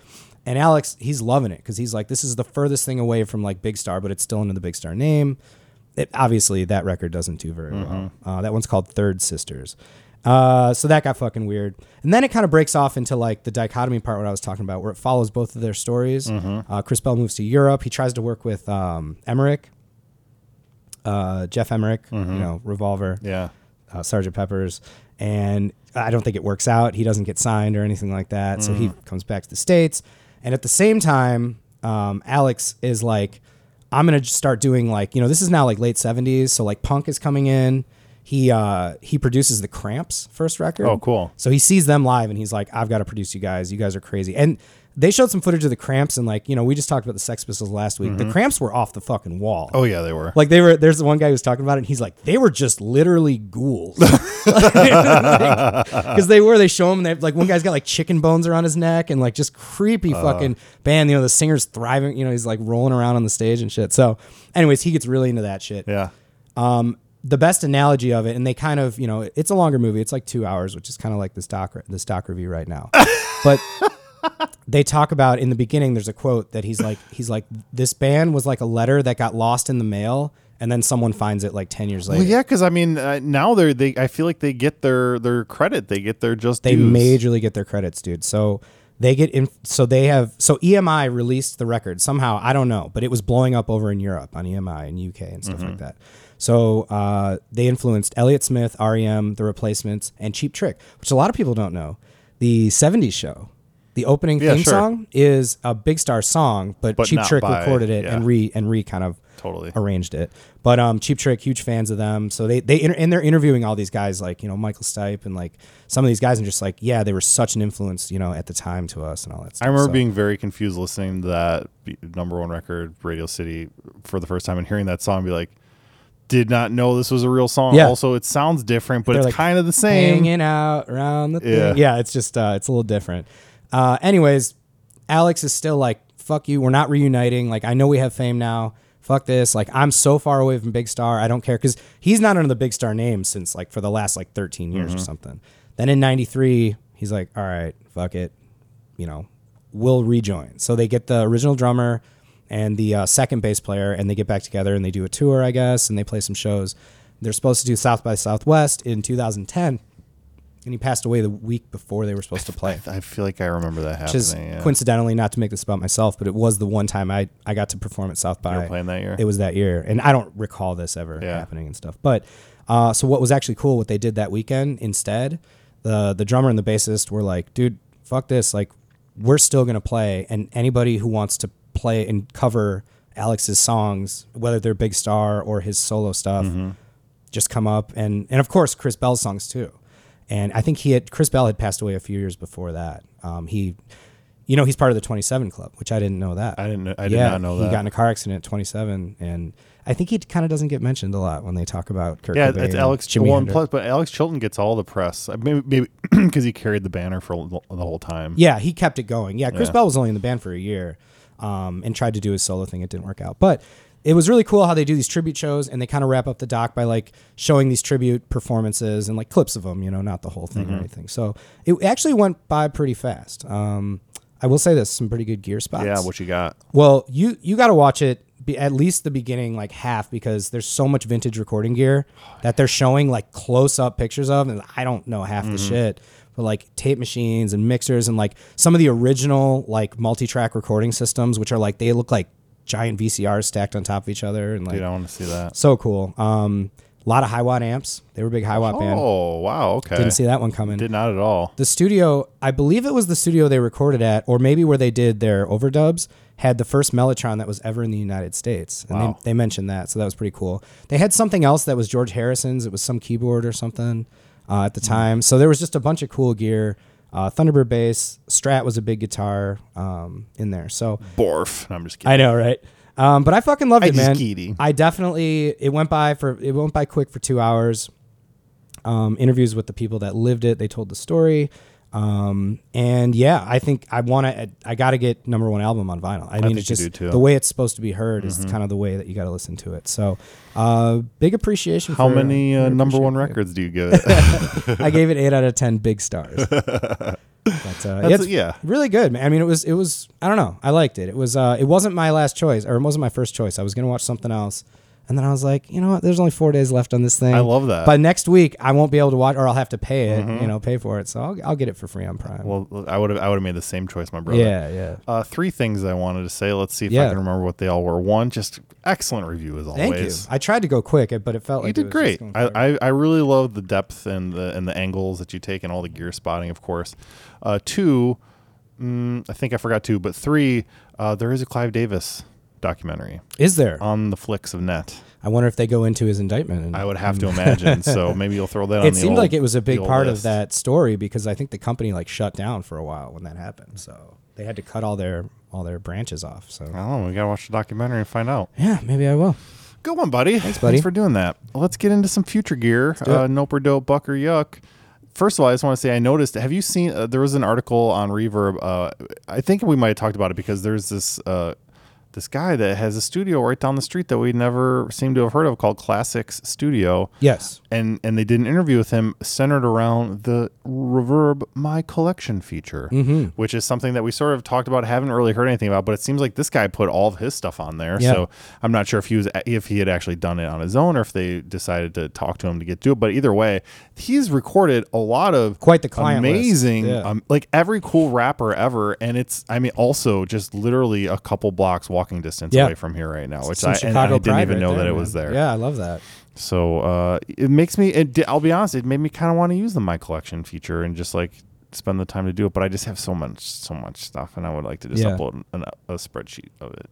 Speaker 2: And Alex, he's loving it because he's like, this is the furthest thing away from like Big Star, but it's still under the Big Star name. It, obviously, that record doesn't do very well. Uh, that one's called Third Sisters. Uh, so that got fucking weird. And then it kind of breaks off into like the dichotomy part, what I was talking about, where it follows both of their stories. Uh, Chris Bell moves to Europe. He tries to work with um, Emmerich, uh, Jeff Emmerich, you know, Revolver
Speaker 1: yeah.
Speaker 2: uh, Sergeant Pepper's, and I don't think it works out. He doesn't get signed or anything like that, so he
Speaker 1: Mm.
Speaker 2: comes back to the states. And at the same time, um, Alex is like, "I'm gonna just start doing like you know this is now like late '70s, so like punk is coming in." He uh, he produces the Cramps' first record.
Speaker 1: Oh, cool.
Speaker 2: So he sees them live and he's like, I've got to produce you guys. You guys are crazy. And they showed some footage of the Cramps and like, you know, we just talked about the Sex Pistols last week.
Speaker 1: Mm-hmm.
Speaker 2: The Cramps were off the fucking wall.
Speaker 1: Oh yeah, they were.
Speaker 2: Like they were, there's the one guy who was talking about it, and he's like, they were just literally ghouls, (laughs) because they were. They show him, and they like one guy's got like chicken bones around his neck, and like just creepy fucking band. You know, the singer's thriving. You know, he's like rolling around on the stage and shit. So, anyways, he gets really into that shit.
Speaker 1: yeah.
Speaker 2: Um, the best analogy of it, and they kind of, you know, it's a longer movie. It's like two hours, which is kind of like the stock the stock review right now. but they talk about in the beginning. There's a quote that he's like, he's like, this ban was like a letter that got lost in the mail, and then someone finds it like ten years later.
Speaker 1: Well, yeah, because I mean, uh, now they're they. I feel like they get their their credit. They get their just.
Speaker 2: they
Speaker 1: dues.
Speaker 2: majorly get their credits, dude. So they get in. So they have. So EMI released the record somehow. I don't know, but it was blowing up over in Europe on EMI and UK and stuff
Speaker 1: Mm-hmm.
Speaker 2: like that. So uh, they influenced Elliott Smith, REM, The Replacements, and Cheap Trick, which a lot of people don't know. The '70s show, the opening
Speaker 1: Yeah,
Speaker 2: theme
Speaker 1: sure.
Speaker 2: song is a Big Star song, but,
Speaker 1: But
Speaker 2: Cheap
Speaker 1: not
Speaker 2: Trick
Speaker 1: by-
Speaker 2: recorded it
Speaker 1: yeah.
Speaker 2: and re and re kind of
Speaker 1: Totally.
Speaker 2: arranged it. But um, Cheap Trick, huge fans of them. So they they inter- and they're interviewing all these guys like you know Michael Stipe and like some of these guys and just like yeah they were such an influence you know at the time to us and all that. stuff.
Speaker 1: I remember
Speaker 2: So-
Speaker 1: being very confused listening to that b- number one record, Radio City, for the first time and hearing that song. and Be like, did not know this was a real song.
Speaker 2: Yeah.
Speaker 1: Also, it sounds different, but
Speaker 2: They're
Speaker 1: it's
Speaker 2: like,
Speaker 1: kind of the same.
Speaker 2: hanging out around the
Speaker 1: Yeah.
Speaker 2: thing. Yeah, it's just uh, it's a little different. Uh, anyways, Alex is still like fuck you. We're not reuniting. Like I know we have fame now. Fuck this. Like I'm so far away from Big Star. I don't care because he's not under the Big Star name since like for the last like 13 years
Speaker 1: Mm-hmm.
Speaker 2: or something. Then in '93, he's like, all right, fuck it. You know, we'll rejoin. So they get the original drummer and the uh, second bass player, and they get back together and they do a tour, I guess, and they play some shows. They're supposed to do South by Southwest in 2010, and he passed away the week before they were supposed to play
Speaker 1: I feel like I remember that
Speaker 2: which is
Speaker 1: happening. yeah.
Speaker 2: coincidentally not to make this about myself, but it was the one time I, I got to perform at South by.
Speaker 1: were playing that year?
Speaker 2: It was that year, and I don't recall this ever
Speaker 1: Yeah.
Speaker 2: happening and stuff. But uh, so what was actually cool, what they did that weekend instead, the the drummer and the bassist were like, dude, fuck this, like we're still gonna play, and anybody who wants to play and cover Alex's songs, whether they're Big Star or his solo stuff
Speaker 1: Mm-hmm.
Speaker 2: just come up and and of course Chris Bell's songs too. And I think he had Chris Bell had passed away a few years before that. Um, he, you know, he's part of the 27 Club, which I didn't know that.
Speaker 1: I didn't. know- I did not know
Speaker 2: he
Speaker 1: that.
Speaker 2: got in a car accident at 27, and I think he kind of doesn't get mentioned a lot when they talk about Kurt.
Speaker 1: yeah,
Speaker 2: Cobain
Speaker 1: it's
Speaker 2: and
Speaker 1: Alex.
Speaker 2: Jimi
Speaker 1: well, and plus,
Speaker 2: Hendrix.
Speaker 1: but Alex Chilton gets all the press. Uh, Maybe maybe (clears throat) because he carried the banner for l- the whole time.
Speaker 2: Yeah, he kept it going. Yeah, Chris
Speaker 1: Yeah.
Speaker 2: Bell was only in the band for a year um, and tried to do his solo thing. It didn't work out. But it was really cool how they do these tribute shows and they kind of wrap up the doc by like showing these tribute performances and like clips of them, you know, not the whole thing or anything. So it actually went by pretty fast. Um, I will say this some pretty good gear spots.
Speaker 1: Yeah. What you got?
Speaker 2: Well, you you got to watch it be at least the beginning like half because there's so much vintage recording gear that they're showing like close up pictures of and I don't know half
Speaker 1: Mm-hmm.
Speaker 2: the shit. But like tape machines and mixers and like some of the original like multi-track recording systems which are like they look like giant VCRs stacked on top of each other and like
Speaker 1: Dude, I want to see that.
Speaker 2: so cool. Um a lot of high watt amps. They were a big high watt band.
Speaker 1: Oh wow. Okay.
Speaker 2: Didn't see that one coming.
Speaker 1: Did not at all.
Speaker 2: The studio, I believe it was the studio they recorded at, or maybe where they did their overdubs, had the first Mellotron that was ever in the United States. And
Speaker 1: Wow.
Speaker 2: they, they mentioned that, so that was pretty cool. They had something else that was George Harrison's. It was some keyboard or something uh, at the time. So there was just a bunch of cool gear. Uh, Thunderbird bass, Strat was a big guitar um, in there. So
Speaker 1: Borf. No, I'm just kidding.
Speaker 2: I know, right? Um, but I fucking loved
Speaker 1: I
Speaker 2: it,
Speaker 1: just
Speaker 2: man.
Speaker 1: kidding.
Speaker 2: I definitely it went by for it went by quick for two hours. Um, interviews with the people that lived it, they told the story, um, and yeah, I think I want to. I got to get number one album on vinyl. I, mean,
Speaker 1: think
Speaker 2: it's
Speaker 1: you
Speaker 2: just
Speaker 1: do, too. Mm-hmm.
Speaker 2: the way it's supposed to be heard is kind of the way that you got to listen to it. So, uh, big appreciation.
Speaker 1: How
Speaker 2: for-
Speaker 1: many uh,
Speaker 2: for
Speaker 1: number one
Speaker 2: appreciating
Speaker 1: records do you give? it?
Speaker 2: (laughs) it. I gave it eight out of ten
Speaker 1: (laughs)
Speaker 2: big stars. But, uh,
Speaker 1: That's-
Speaker 2: it's-
Speaker 1: yeah.
Speaker 2: really good man i mean it was it was i don't know i liked it it was uh it wasn't my last choice or it wasn't my first choice i was gonna watch something else and then i was like you know what there's only four days left on this thing
Speaker 1: I love that. Mm-hmm.
Speaker 2: by next week i won't be able to watch or i'll have to pay it you know pay for it so i'll, I'll get it for free on
Speaker 1: (laughs)
Speaker 2: prime
Speaker 1: Well, I would have I would have made the same choice, my brother.
Speaker 2: yeah yeah
Speaker 1: Uh, three things I wanted to say. Let's see if I
Speaker 2: Yeah.
Speaker 1: can remember what they all were. One, just excellent review as always.
Speaker 2: thank you i tried to go quick but it felt like
Speaker 1: You
Speaker 2: it
Speaker 1: did
Speaker 2: was
Speaker 1: great.
Speaker 2: just going forward.
Speaker 1: I, I, I really love the depth and the and the angles that you take and all the gear spotting, of course. Uh, two, mm, I think I forgot two, but three, uh, there is a Clive Davis documentary
Speaker 2: is there
Speaker 1: on the flicks of net.
Speaker 2: i wonder if they go into his indictment and
Speaker 1: I would have to imagine. so
Speaker 2: (laughs)
Speaker 1: maybe you'll throw that. on
Speaker 2: it
Speaker 1: the
Speaker 2: seemed
Speaker 1: old-
Speaker 2: like it was a
Speaker 1: the
Speaker 2: big
Speaker 1: old
Speaker 2: part of
Speaker 1: list.
Speaker 2: that story because i think the company like shut down for a while when that happened so they had to cut all their all their branches off so
Speaker 1: I don't know. Oh, We gotta watch the documentary and find out.
Speaker 2: yeah maybe i will
Speaker 1: Good one, buddy. Thanks,
Speaker 2: buddy.
Speaker 1: Thanks for doing that. Let's get into some future gear.
Speaker 2: do it.
Speaker 1: Uh, nope or dope, buck or yuck. First of all, I just want to say I noticed. Have you seen? Uh, there was an article on Reverb. Uh, I think we might have talked about it because there's this. Uh, this guy that has a studio right down the street that we never seem to have heard of called Classics Studio.
Speaker 2: Yes.
Speaker 1: And and they did an interview with him centered around the Reverb My Collection feature,
Speaker 2: Mm-hmm.
Speaker 1: which is something that we sort of talked about, haven't really heard anything about, but it seems like this guy put all of his stuff on there.
Speaker 2: Yeah.
Speaker 1: So I'm not sure if he was if he had actually done it on his own or if they decided to talk to him to get to it. But either way, he's recorded a lot of
Speaker 2: Quite the client list.
Speaker 1: amazing
Speaker 2: Yeah.
Speaker 1: um, like every cool rapper ever and it's i mean also just literally a couple blocks walking distance
Speaker 2: Yeah.
Speaker 1: away from here right now which
Speaker 2: Some
Speaker 1: I, and I
Speaker 2: Chicago
Speaker 1: didn't
Speaker 2: pride
Speaker 1: even
Speaker 2: right
Speaker 1: know
Speaker 2: there,
Speaker 1: that it
Speaker 2: man.
Speaker 1: was there
Speaker 2: Yeah, I love that.
Speaker 1: so uh, it makes me it, di- i'll be honest it made me kind of want to use the my collection feature and just like spend the time to do it but i just have so much so much stuff and i would like to just
Speaker 2: Yeah.
Speaker 1: upload an, a spreadsheet of it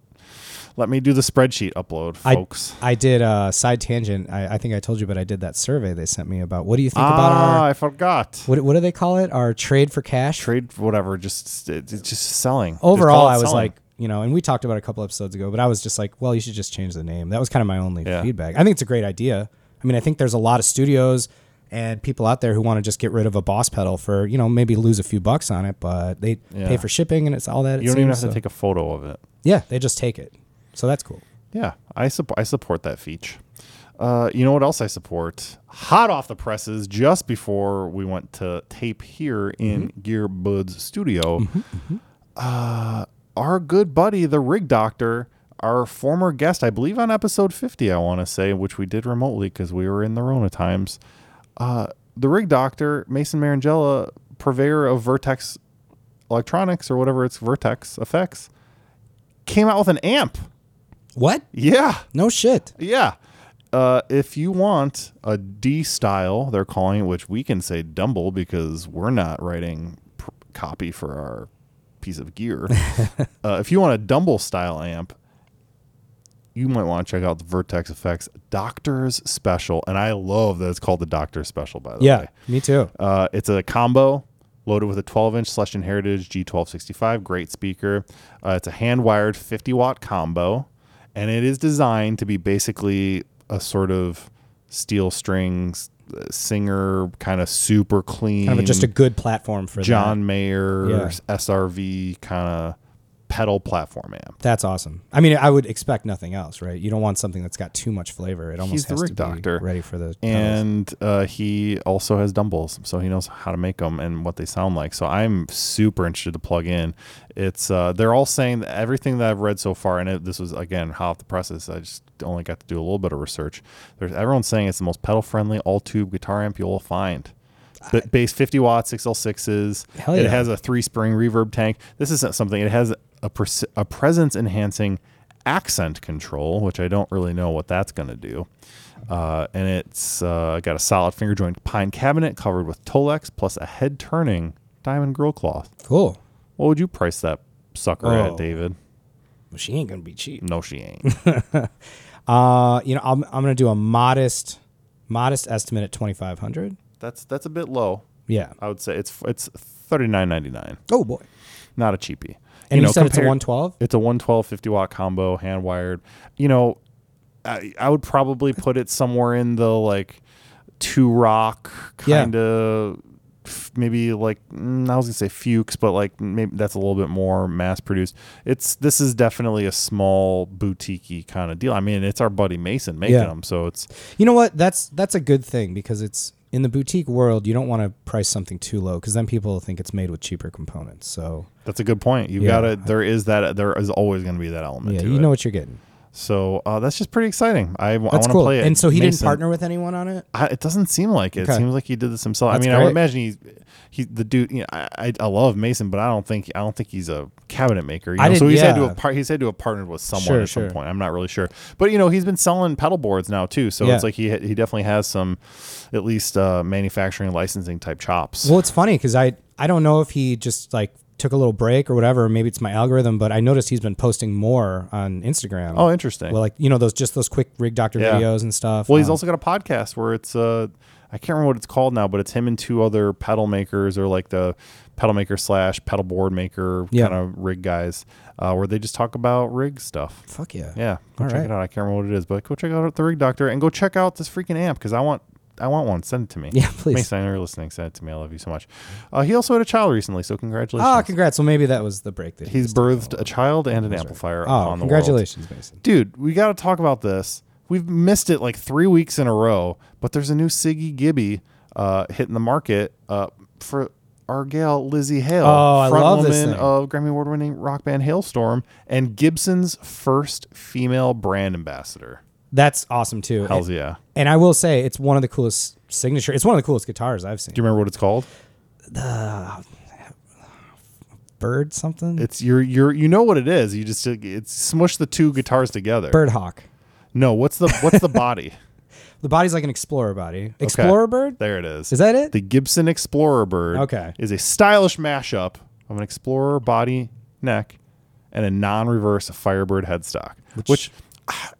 Speaker 1: let me do the spreadsheet upload
Speaker 2: I-
Speaker 1: folks
Speaker 2: I did uh, side tangent. I, I think I told you, but I did that survey they sent me about what do you think about
Speaker 1: ah
Speaker 2: our
Speaker 1: i forgot
Speaker 2: what, what do they call it? Our trade for cash.
Speaker 1: trade whatever just it's it's just selling Just
Speaker 2: Overall,
Speaker 1: call it
Speaker 2: I was
Speaker 1: selling.
Speaker 2: like, you know, and we talked about it a couple episodes ago, but I was just like, well, you should just change the name. That was kind of my only
Speaker 1: Yeah.
Speaker 2: feedback. I think it's a great idea. I mean, I think there's a lot of studios and people out there who want to just get rid of a boss pedal for you know maybe lose a few bucks on it, but they
Speaker 1: Yeah.
Speaker 2: pay for shipping and it's all that. it
Speaker 1: you don't even have
Speaker 2: seems, uh,
Speaker 1: to
Speaker 2: so-
Speaker 1: take a photo of it
Speaker 2: Yeah, they just take it. So that's cool.
Speaker 1: Yeah, I support I support that feature. Uh, you know what else I support? Hot off the presses, just before we went to tape here in Gear Bud's studio, Uh, our good buddy, the Rig Doctor, our former guest, I believe on episode fifty, I want to say, which we did remotely because we were in the Rona times. Uh, the Rig Doctor, Mason Marangella, purveyor of Vertex Electronics or whatever it's Vertex Effects, came out with an amp.
Speaker 2: What?
Speaker 1: Yeah.
Speaker 2: No shit.
Speaker 1: Yeah. Uh, if you want a D style, they're calling it, which we can say Dumble because we're not writing pr- copy for our piece of gear. uh, if you want a Dumble style amp, you might want to check out the Vertex Effects Doctor's Special. And I love that it's called the Doctor's Special, by the
Speaker 2: Yeah,
Speaker 1: way.
Speaker 2: me too.
Speaker 1: Uh, it's a combo loaded with a 12 inch Selection Heritage G1265, great speaker. Uh, it's a hand wired 50 watt combo, and it is designed to be basically a sort of steel strings uh, singer, kind of super clean,
Speaker 2: Kind of just a good platform for that.
Speaker 1: Mm. John Mayer
Speaker 2: Yeah.
Speaker 1: SRV kind of pedal platform amp.
Speaker 2: That's awesome. I mean, I would expect nothing else, right? You don't want something that's got too much flavor. It almost
Speaker 1: He's the
Speaker 2: has
Speaker 1: Rick
Speaker 2: to be
Speaker 1: Doctor.
Speaker 2: ready for the
Speaker 1: and uh, he also has dumbbells, so he knows how to make them and what they sound like. So I'm super interested to plug in. It's uh, they're all saying that everything that I've read so far, and it, this was again hot off the presses. I just only got to do a little bit of research. There's everyone's saying it's the most pedal friendly all tube guitar amp you'll find. But bass 50 watts, 6L6s.
Speaker 2: Hell
Speaker 1: It
Speaker 2: yeah.
Speaker 1: has a three spring reverb tank. This isn't something, it has a, pres- a presence enhancing accent control, which I don't really know what that's going to do. Uh, and it's uh, got a solid finger joint pine cabinet covered with Tolex plus a head turning diamond grill cloth.
Speaker 2: cool.
Speaker 1: What would you price that sucker
Speaker 2: Oh.
Speaker 1: at, David?
Speaker 2: Well, she ain't gonna be cheap.
Speaker 1: No, she
Speaker 2: (laughs)
Speaker 1: ain't.
Speaker 2: Uh, you know, I'm I'm gonna do a modest, modest estimate at twenty five hundred.
Speaker 1: that's that's a bit low.
Speaker 2: Yeah.
Speaker 1: I would say it's it's thirty nine ninety nine.
Speaker 2: Oh boy.
Speaker 1: Not a cheapie.
Speaker 2: And you,
Speaker 1: know,
Speaker 2: said it's a
Speaker 1: compared-
Speaker 2: one twelve.
Speaker 1: It's a 112 50 watt combo, hand wired. You know, I, I would probably put it somewhere in the like two rock
Speaker 2: Yeah.
Speaker 1: kind of maybe like mm, I was gonna say Fuchs, but like maybe that's a little bit more mass produced. It's this is definitely a small boutiquey kind of deal. I mean, it's our buddy Mason making
Speaker 2: Yeah.
Speaker 1: them, so it's
Speaker 2: You know what? That's that's a good thing because it's in the boutique world. You don't want to price something too low because then people think it's made with cheaper components. So
Speaker 1: that's a good point. You
Speaker 2: Yeah.
Speaker 1: gotta there is that there is always gonna be that element.
Speaker 2: yeah,
Speaker 1: to
Speaker 2: you
Speaker 1: it.
Speaker 2: know what you're getting.
Speaker 1: So uh, that's just pretty exciting. I, I want
Speaker 2: That's
Speaker 1: to
Speaker 2: cool.
Speaker 1: play it.
Speaker 2: And so he didn't
Speaker 1: Mason-
Speaker 2: partner with anyone on it.
Speaker 1: I, it doesn't seem like it. It
Speaker 2: Okay.
Speaker 1: seems like he did this himself.
Speaker 2: That's
Speaker 1: I mean, I would
Speaker 2: great.
Speaker 1: imagine he's he the dude. You know, I, I I love Mason, but I don't think I don't think he's a cabinet maker. You know?
Speaker 2: I did-
Speaker 1: so he's had to
Speaker 2: yeah.
Speaker 1: have par- he's had to have partnered with someone
Speaker 2: Sure,
Speaker 1: at
Speaker 2: sure.
Speaker 1: some point. I'm not really sure, but you know, he's been selling pedal boards now too. So
Speaker 2: Yeah.
Speaker 1: it's like he ha- he definitely has some at least uh, manufacturing licensing type chops.
Speaker 2: Well, it's funny because I I don't know if he just like took a little break or whatever. Maybe it's my algorithm, but I noticed he's been posting more on Instagram.
Speaker 1: oh, interesting.
Speaker 2: well, like you know those just those quick rig doctor
Speaker 1: Yeah.
Speaker 2: videos and stuff.
Speaker 1: Well, he's
Speaker 2: Um,
Speaker 1: also got a podcast where it's uh I can't remember what it's called now, but it's him and two other pedal makers or like the pedal maker slash pedal board maker
Speaker 2: Yeah.
Speaker 1: kind of rig guys, uh, where they just talk about rig stuff.
Speaker 2: fuck yeah.
Speaker 1: Yeah, go
Speaker 2: All
Speaker 1: check
Speaker 2: right.
Speaker 1: it out. I can't remember what it is, but go check out the Rig Doctor and go check out this freaking amp because I want I want one. Send it to me.
Speaker 2: Yeah, (laughs) please.
Speaker 1: Mason, I know you're listening. Send it to me. I love you so much. Uh, he also had a child recently, so congratulations.
Speaker 2: Ah, congrats. Well, maybe that was the break that he
Speaker 1: He's
Speaker 2: was talking
Speaker 1: birthed a child and an amplifier
Speaker 2: about. Oh,
Speaker 1: upon the world.
Speaker 2: congratulations, Mason.
Speaker 1: Dude, we got to talk about this. We've missed it like three weeks in a row, but there's a new Siggy Gibby uh, hitting the market uh, for our gal Lizzie Hale,
Speaker 2: Oh, I love this
Speaker 1: frontwoman
Speaker 2: thing.
Speaker 1: of Grammy Award winning rock band Hailstorm, and Gibson's first female brand ambassador.
Speaker 2: That's awesome too.
Speaker 1: Hells
Speaker 2: And-
Speaker 1: yeah.
Speaker 2: And I will say, it's one of the coolest signature. It's one of the coolest guitars I've seen.
Speaker 1: Do you remember what it's called?
Speaker 2: Bird something.
Speaker 1: It's your your you know what it is. You just uh, it's smush the two guitars together.
Speaker 2: bird hawk.
Speaker 1: No, what's the what's the body? (laughs)
Speaker 2: The body's like an explorer body. Explorer bird.
Speaker 1: There it is.
Speaker 2: Is that it?
Speaker 1: The Gibson Explorer Bird
Speaker 2: Okay.
Speaker 1: is a stylish mashup of an Explorer body neck and a non-reverse Firebird headstock, which, I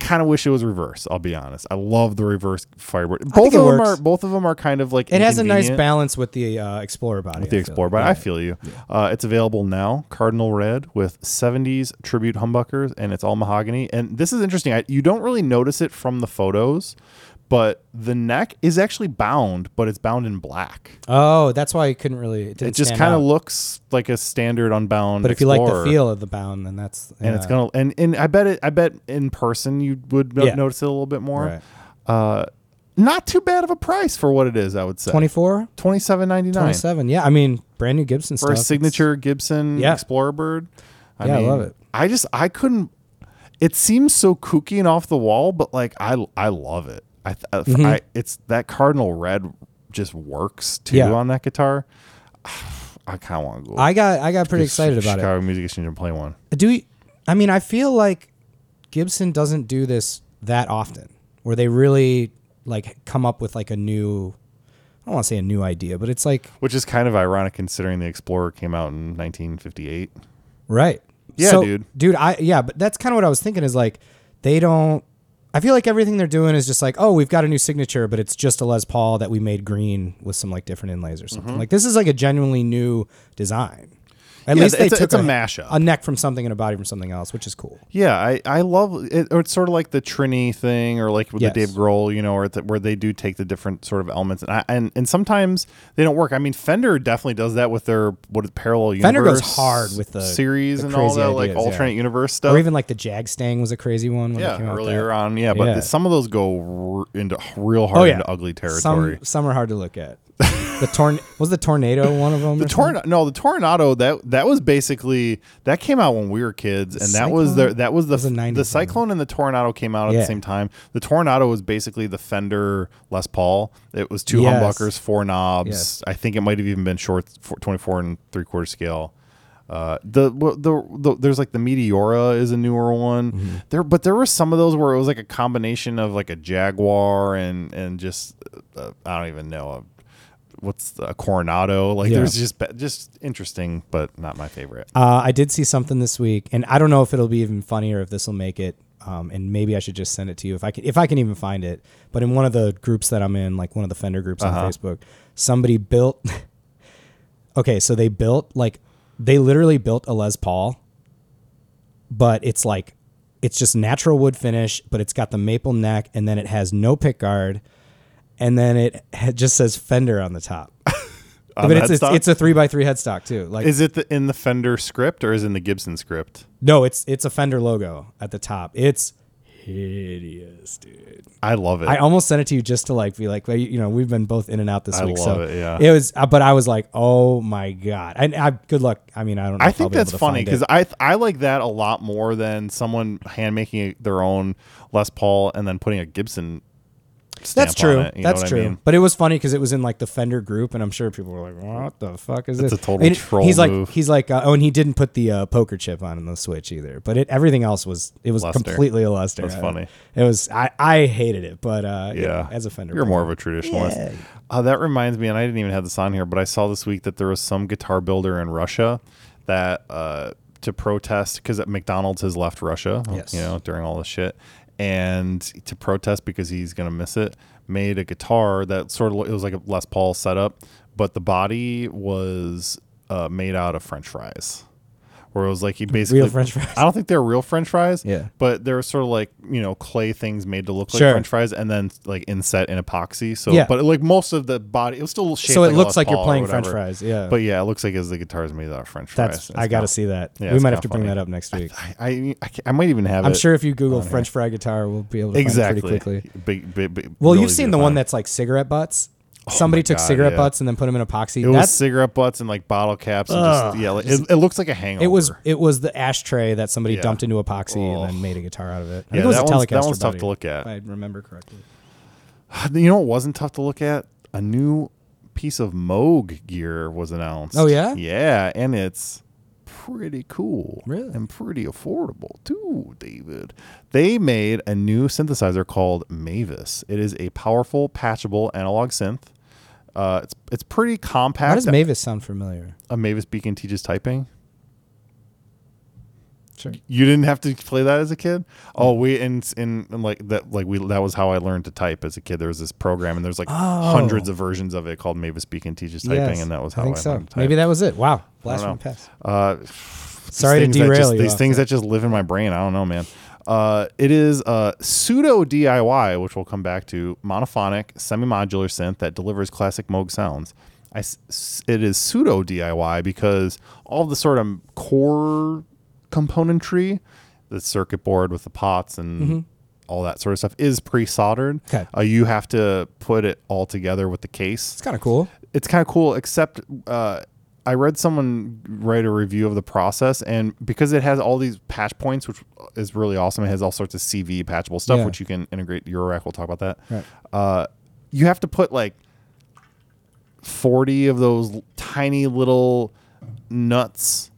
Speaker 1: kind of wish it was reverse. I'll be honest. I love the reverse Firebird. Both of
Speaker 2: think it
Speaker 1: them
Speaker 2: works.
Speaker 1: are both of them are kind of like
Speaker 2: it has a nice
Speaker 1: inconvenient
Speaker 2: balance with the uh, explorer body.
Speaker 1: with The Explorer, but I feel you. Uh, it's available now, Cardinal Red with 70s tribute humbuckers, and it's all mahogany. And this is interesting. I, you don't really notice it from the photos, but the neck is actually bound, but it's bound in black.
Speaker 2: Oh, that's why I couldn't really. It, didn't
Speaker 1: It just
Speaker 2: kind of.
Speaker 1: looks like a standard unbound.
Speaker 2: But if you like the
Speaker 1: Explorer,
Speaker 2: feel of the bound, then that's
Speaker 1: and it's gonna and and I bet it. I bet in person you would no-
Speaker 2: Yeah.
Speaker 1: notice it a little bit more.
Speaker 2: Right.
Speaker 1: Uh, not too bad of a price for what it is. I would say
Speaker 2: 24,
Speaker 1: twenty seven ninety nine
Speaker 2: 27. Yeah, I mean, brand new Gibson
Speaker 1: for a
Speaker 2: stuff.
Speaker 1: signature Gibson
Speaker 2: Yeah.
Speaker 1: Explorer Bird. I
Speaker 2: Yeah, I
Speaker 1: mean,
Speaker 2: love it.
Speaker 1: I just I couldn't. It seems so kooky and off the wall, but like I I love it. I, th- I-
Speaker 2: Mm-hmm.
Speaker 1: I it's that Cardinal Red just works too
Speaker 2: Yeah.
Speaker 1: on that guitar. (sighs) I kind of want to go.
Speaker 2: It's- I got I got pretty excited about
Speaker 1: Chicago Music Exchange and play one.
Speaker 2: it. Do we, I mean, I feel like Gibson doesn't do this that often, where they really like come up with like a new. I don't want to say a new idea, but it's like
Speaker 1: Which is kind of ironic considering the Explorer came out in 1958.
Speaker 2: Right.
Speaker 1: Yeah,
Speaker 2: So,
Speaker 1: dude.
Speaker 2: Dude, I yeah, but that's kind of what I was thinking is like they don't I feel like everything they're doing is just like, oh, we've got a new signature, but it's just a Les Paul that we made green with some like different inlays or
Speaker 1: Mm-hmm.
Speaker 2: something. Like this is like a genuinely new design. At
Speaker 1: Yeah,
Speaker 2: least they
Speaker 1: it's a-
Speaker 2: took
Speaker 1: it's a mashup.
Speaker 2: a neck from something and a body from something else, which is cool.
Speaker 1: Yeah, I, I love it. Or it's sort of like the Trini thing, or like with
Speaker 2: Yes.
Speaker 1: the Dave Grohl, you know, or the, where they do take the different sort of elements, and I, and and sometimes they don't work. I mean, Fender definitely does that with their what parallel universe.
Speaker 2: Fender goes hard with the-
Speaker 1: series
Speaker 2: the
Speaker 1: and all
Speaker 2: crazy
Speaker 1: that, like
Speaker 2: ideas, yeah.
Speaker 1: alternate universe stuff.
Speaker 2: Or even like the Jag Stang was a crazy one. When they
Speaker 1: yeah,
Speaker 2: came out with
Speaker 1: earlier
Speaker 2: that.
Speaker 1: on, yeah, but
Speaker 2: Yeah. Oh,
Speaker 1: the- some of those go r- into real hard
Speaker 2: yeah.
Speaker 1: into ugly territory.
Speaker 2: Some some are hard to look
Speaker 1: (laughs)
Speaker 2: at. the torn was the tornado one of them.
Speaker 1: The tornado, no, the tornado that that was basically that came out when we were kids, and that was the
Speaker 2: Cyclone?
Speaker 1: that was the
Speaker 2: was a 90s
Speaker 1: the cyclone and the tornado came out at
Speaker 2: Yeah.
Speaker 1: the same time. The tornado was basically the Fender Les Paul. It was two
Speaker 2: Yes.
Speaker 1: humbuckers, four knobs.
Speaker 2: Yes.
Speaker 1: I think it might have even been short four- 24 and three quarter scale. Uh, the, w- the the there's like the Meteora is a newer one
Speaker 2: Mm-hmm.
Speaker 1: there, but there were some of those where it was like a combination of like a Jaguar and and just uh, I don't even know a, what's the, a Coronado like
Speaker 2: Yeah.
Speaker 1: there's just be- just interesting but not my favorite
Speaker 2: Uh, I did see something this week, and I don't know if it'll be even funnier if this will make it. Um, and maybe I should just send it to you if I can, if I can even find it. But in one of the groups that I'm in, like one of the Fender groups on Facebook, somebody built. (laughs) okay, so they built like they literally built a Les Paul, but it's like it's just natural wood finish, but it's got the maple neck, and then it has no pick guard, and then it ha- just says Fender on the top.
Speaker 1: On
Speaker 2: but
Speaker 1: the
Speaker 2: it's, it's
Speaker 1: headstock?
Speaker 2: it's a three by three headstock too. Like
Speaker 1: is it the, in the Fender script or is it in the Gibson script
Speaker 2: no, it's it's a Fender logo at the top. It's hideous, dude.
Speaker 1: I love it
Speaker 2: I almost sent it to you just to like be like, well, you know, we've been both in and out this
Speaker 1: I
Speaker 2: week,
Speaker 1: love
Speaker 2: so
Speaker 1: it, yeah.
Speaker 2: was. uh, But I was like, oh my god, and I, good luck. I mean, I don't. know
Speaker 1: I
Speaker 2: if I'll
Speaker 1: think
Speaker 2: be able
Speaker 1: that's
Speaker 2: to
Speaker 1: funny
Speaker 2: find it.
Speaker 1: because I I like that a lot more than someone hand making their own Les Paul and then putting a Gibson stamp
Speaker 2: that's true.
Speaker 1: on it, you know
Speaker 2: that's
Speaker 1: what I
Speaker 2: true.
Speaker 1: mean?
Speaker 2: But it was funny because it was in like the Fender group, and I'm sure people were like, what the fuck is
Speaker 1: That's
Speaker 2: this?
Speaker 1: a total
Speaker 2: And it-
Speaker 1: troll
Speaker 2: He's like,
Speaker 1: move.
Speaker 2: he's like, uh, oh, and he didn't put the uh, poker chip on in the Switch either. But it everything else was it was
Speaker 1: Luster.
Speaker 2: completely a luster.
Speaker 1: That's
Speaker 2: I-
Speaker 1: funny.
Speaker 2: It was I I hated it, but uh, yeah,
Speaker 1: yeah.
Speaker 2: as a Fender,
Speaker 1: You're
Speaker 2: player.
Speaker 1: more of a traditionalist.
Speaker 2: Yeah.
Speaker 1: Uh, that reminds me, and I didn't even have this on here, but I saw this week that there was some guitar builder in Russia that uh, to protest because McDonald's has left Russia.
Speaker 2: Yes.
Speaker 1: You know, during all this shit, and to protest because he's gonna miss it, made a guitar that sort of lo- it was like a Les Paul setup, but the body was uh, made out of French fries. where it was like he basically
Speaker 2: French fries.
Speaker 1: I don't think they're real French fries.
Speaker 2: Yeah.
Speaker 1: but they were sort of like you know clay things made to look like
Speaker 2: Sure.
Speaker 1: French fries, and then like inset in epoxy. So,
Speaker 2: Yeah.
Speaker 1: but like most of the body, it was still shaped.
Speaker 2: so it
Speaker 1: a
Speaker 2: looks
Speaker 1: Les
Speaker 2: like
Speaker 1: Paul
Speaker 2: you're
Speaker 1: or
Speaker 2: playing French
Speaker 1: whatever.
Speaker 2: fries. Yeah,
Speaker 1: But yeah, it looks like as the guitar's made out of French
Speaker 2: that's
Speaker 1: fries. It's
Speaker 2: I gotta
Speaker 1: kinda-
Speaker 2: see that.
Speaker 1: yeah,
Speaker 2: we
Speaker 1: it's
Speaker 2: might
Speaker 1: kinda
Speaker 2: have to bring
Speaker 1: funny.
Speaker 2: that up next week.
Speaker 1: I, I I can't- I might even have.
Speaker 2: I'm
Speaker 1: it.
Speaker 2: sure if you Google French fry guitar, we'll be able to
Speaker 1: exactly.
Speaker 2: find it pretty quickly.
Speaker 1: Big, big, big,
Speaker 2: Well,
Speaker 1: really
Speaker 2: you've
Speaker 1: easy
Speaker 2: seen
Speaker 1: to
Speaker 2: the one
Speaker 1: find.
Speaker 2: that's like cigarette butts. Somebody took
Speaker 1: God,
Speaker 2: cigarette
Speaker 1: yeah.
Speaker 2: butts and then put them in epoxy.
Speaker 1: It was
Speaker 2: That's
Speaker 1: cigarette butts and like bottle caps and just yeah, like, it, it looks like a hangover.
Speaker 2: it was it was the ashtray that somebody
Speaker 1: Yeah. Oh.
Speaker 2: dumped into epoxy and then made a guitar out of it. I
Speaker 1: yeah,
Speaker 2: think it was
Speaker 1: that
Speaker 2: a
Speaker 1: one's, that
Speaker 2: Telecaster
Speaker 1: one's tough
Speaker 2: body,
Speaker 1: to look
Speaker 2: If
Speaker 1: at.
Speaker 2: I remember correctly.
Speaker 1: (sighs) You know what wasn't tough to look at? A new piece of Moog gear was announced.
Speaker 2: Oh, yeah?
Speaker 1: Yeah, and it's pretty cool.
Speaker 2: Really?
Speaker 1: And pretty affordable too, David. They made a new synthesizer called Mavis. It is a powerful, patchable analog synth. Uh, it's it's pretty compact.
Speaker 2: How does Mavis sound familiar?
Speaker 1: a Mavis beacon teaches typing?
Speaker 2: Sure.
Speaker 1: You didn't have to play that as a kid.
Speaker 2: Mm.
Speaker 1: Oh, we and in like that like we that was how I learned to type as a kid. There was this program and there's like hundreds of versions of it called Mavis Beacon Teaches Typing,
Speaker 2: Oh. Yes,
Speaker 1: and that was
Speaker 2: I
Speaker 1: how I,
Speaker 2: think so.
Speaker 1: learned to type.
Speaker 2: Maybe that was it. Wow, blast
Speaker 1: know.
Speaker 2: from the past.
Speaker 1: Uh,
Speaker 2: Sorry to
Speaker 1: these things that
Speaker 2: derail
Speaker 1: just,
Speaker 2: you
Speaker 1: These
Speaker 2: off
Speaker 1: things
Speaker 2: that.
Speaker 1: that just live in my brain. I don't know, man. Uh, it is a pseudo DIY, which we'll come back to, monophonic, semi-modular synth that delivers classic Moog sounds. I s- s- it is pseudo DIY because all the sort of core componentry, the circuit board with the pots and all that sort of stuff, is pre-soldered.
Speaker 2: Mm-hmm. Okay.
Speaker 1: Uh, you have to put it all together with the case
Speaker 2: It's kind of cool.
Speaker 1: it's kind of cool except uh, i read someone write a review of the process and because it has all these patch points which is really awesome it has all sorts of cv patchable stuff
Speaker 2: Yeah.
Speaker 1: which you can integrate your rack we'll talk about that
Speaker 2: Right.
Speaker 1: uh, you have to put like 40 of those l- tiny little nuts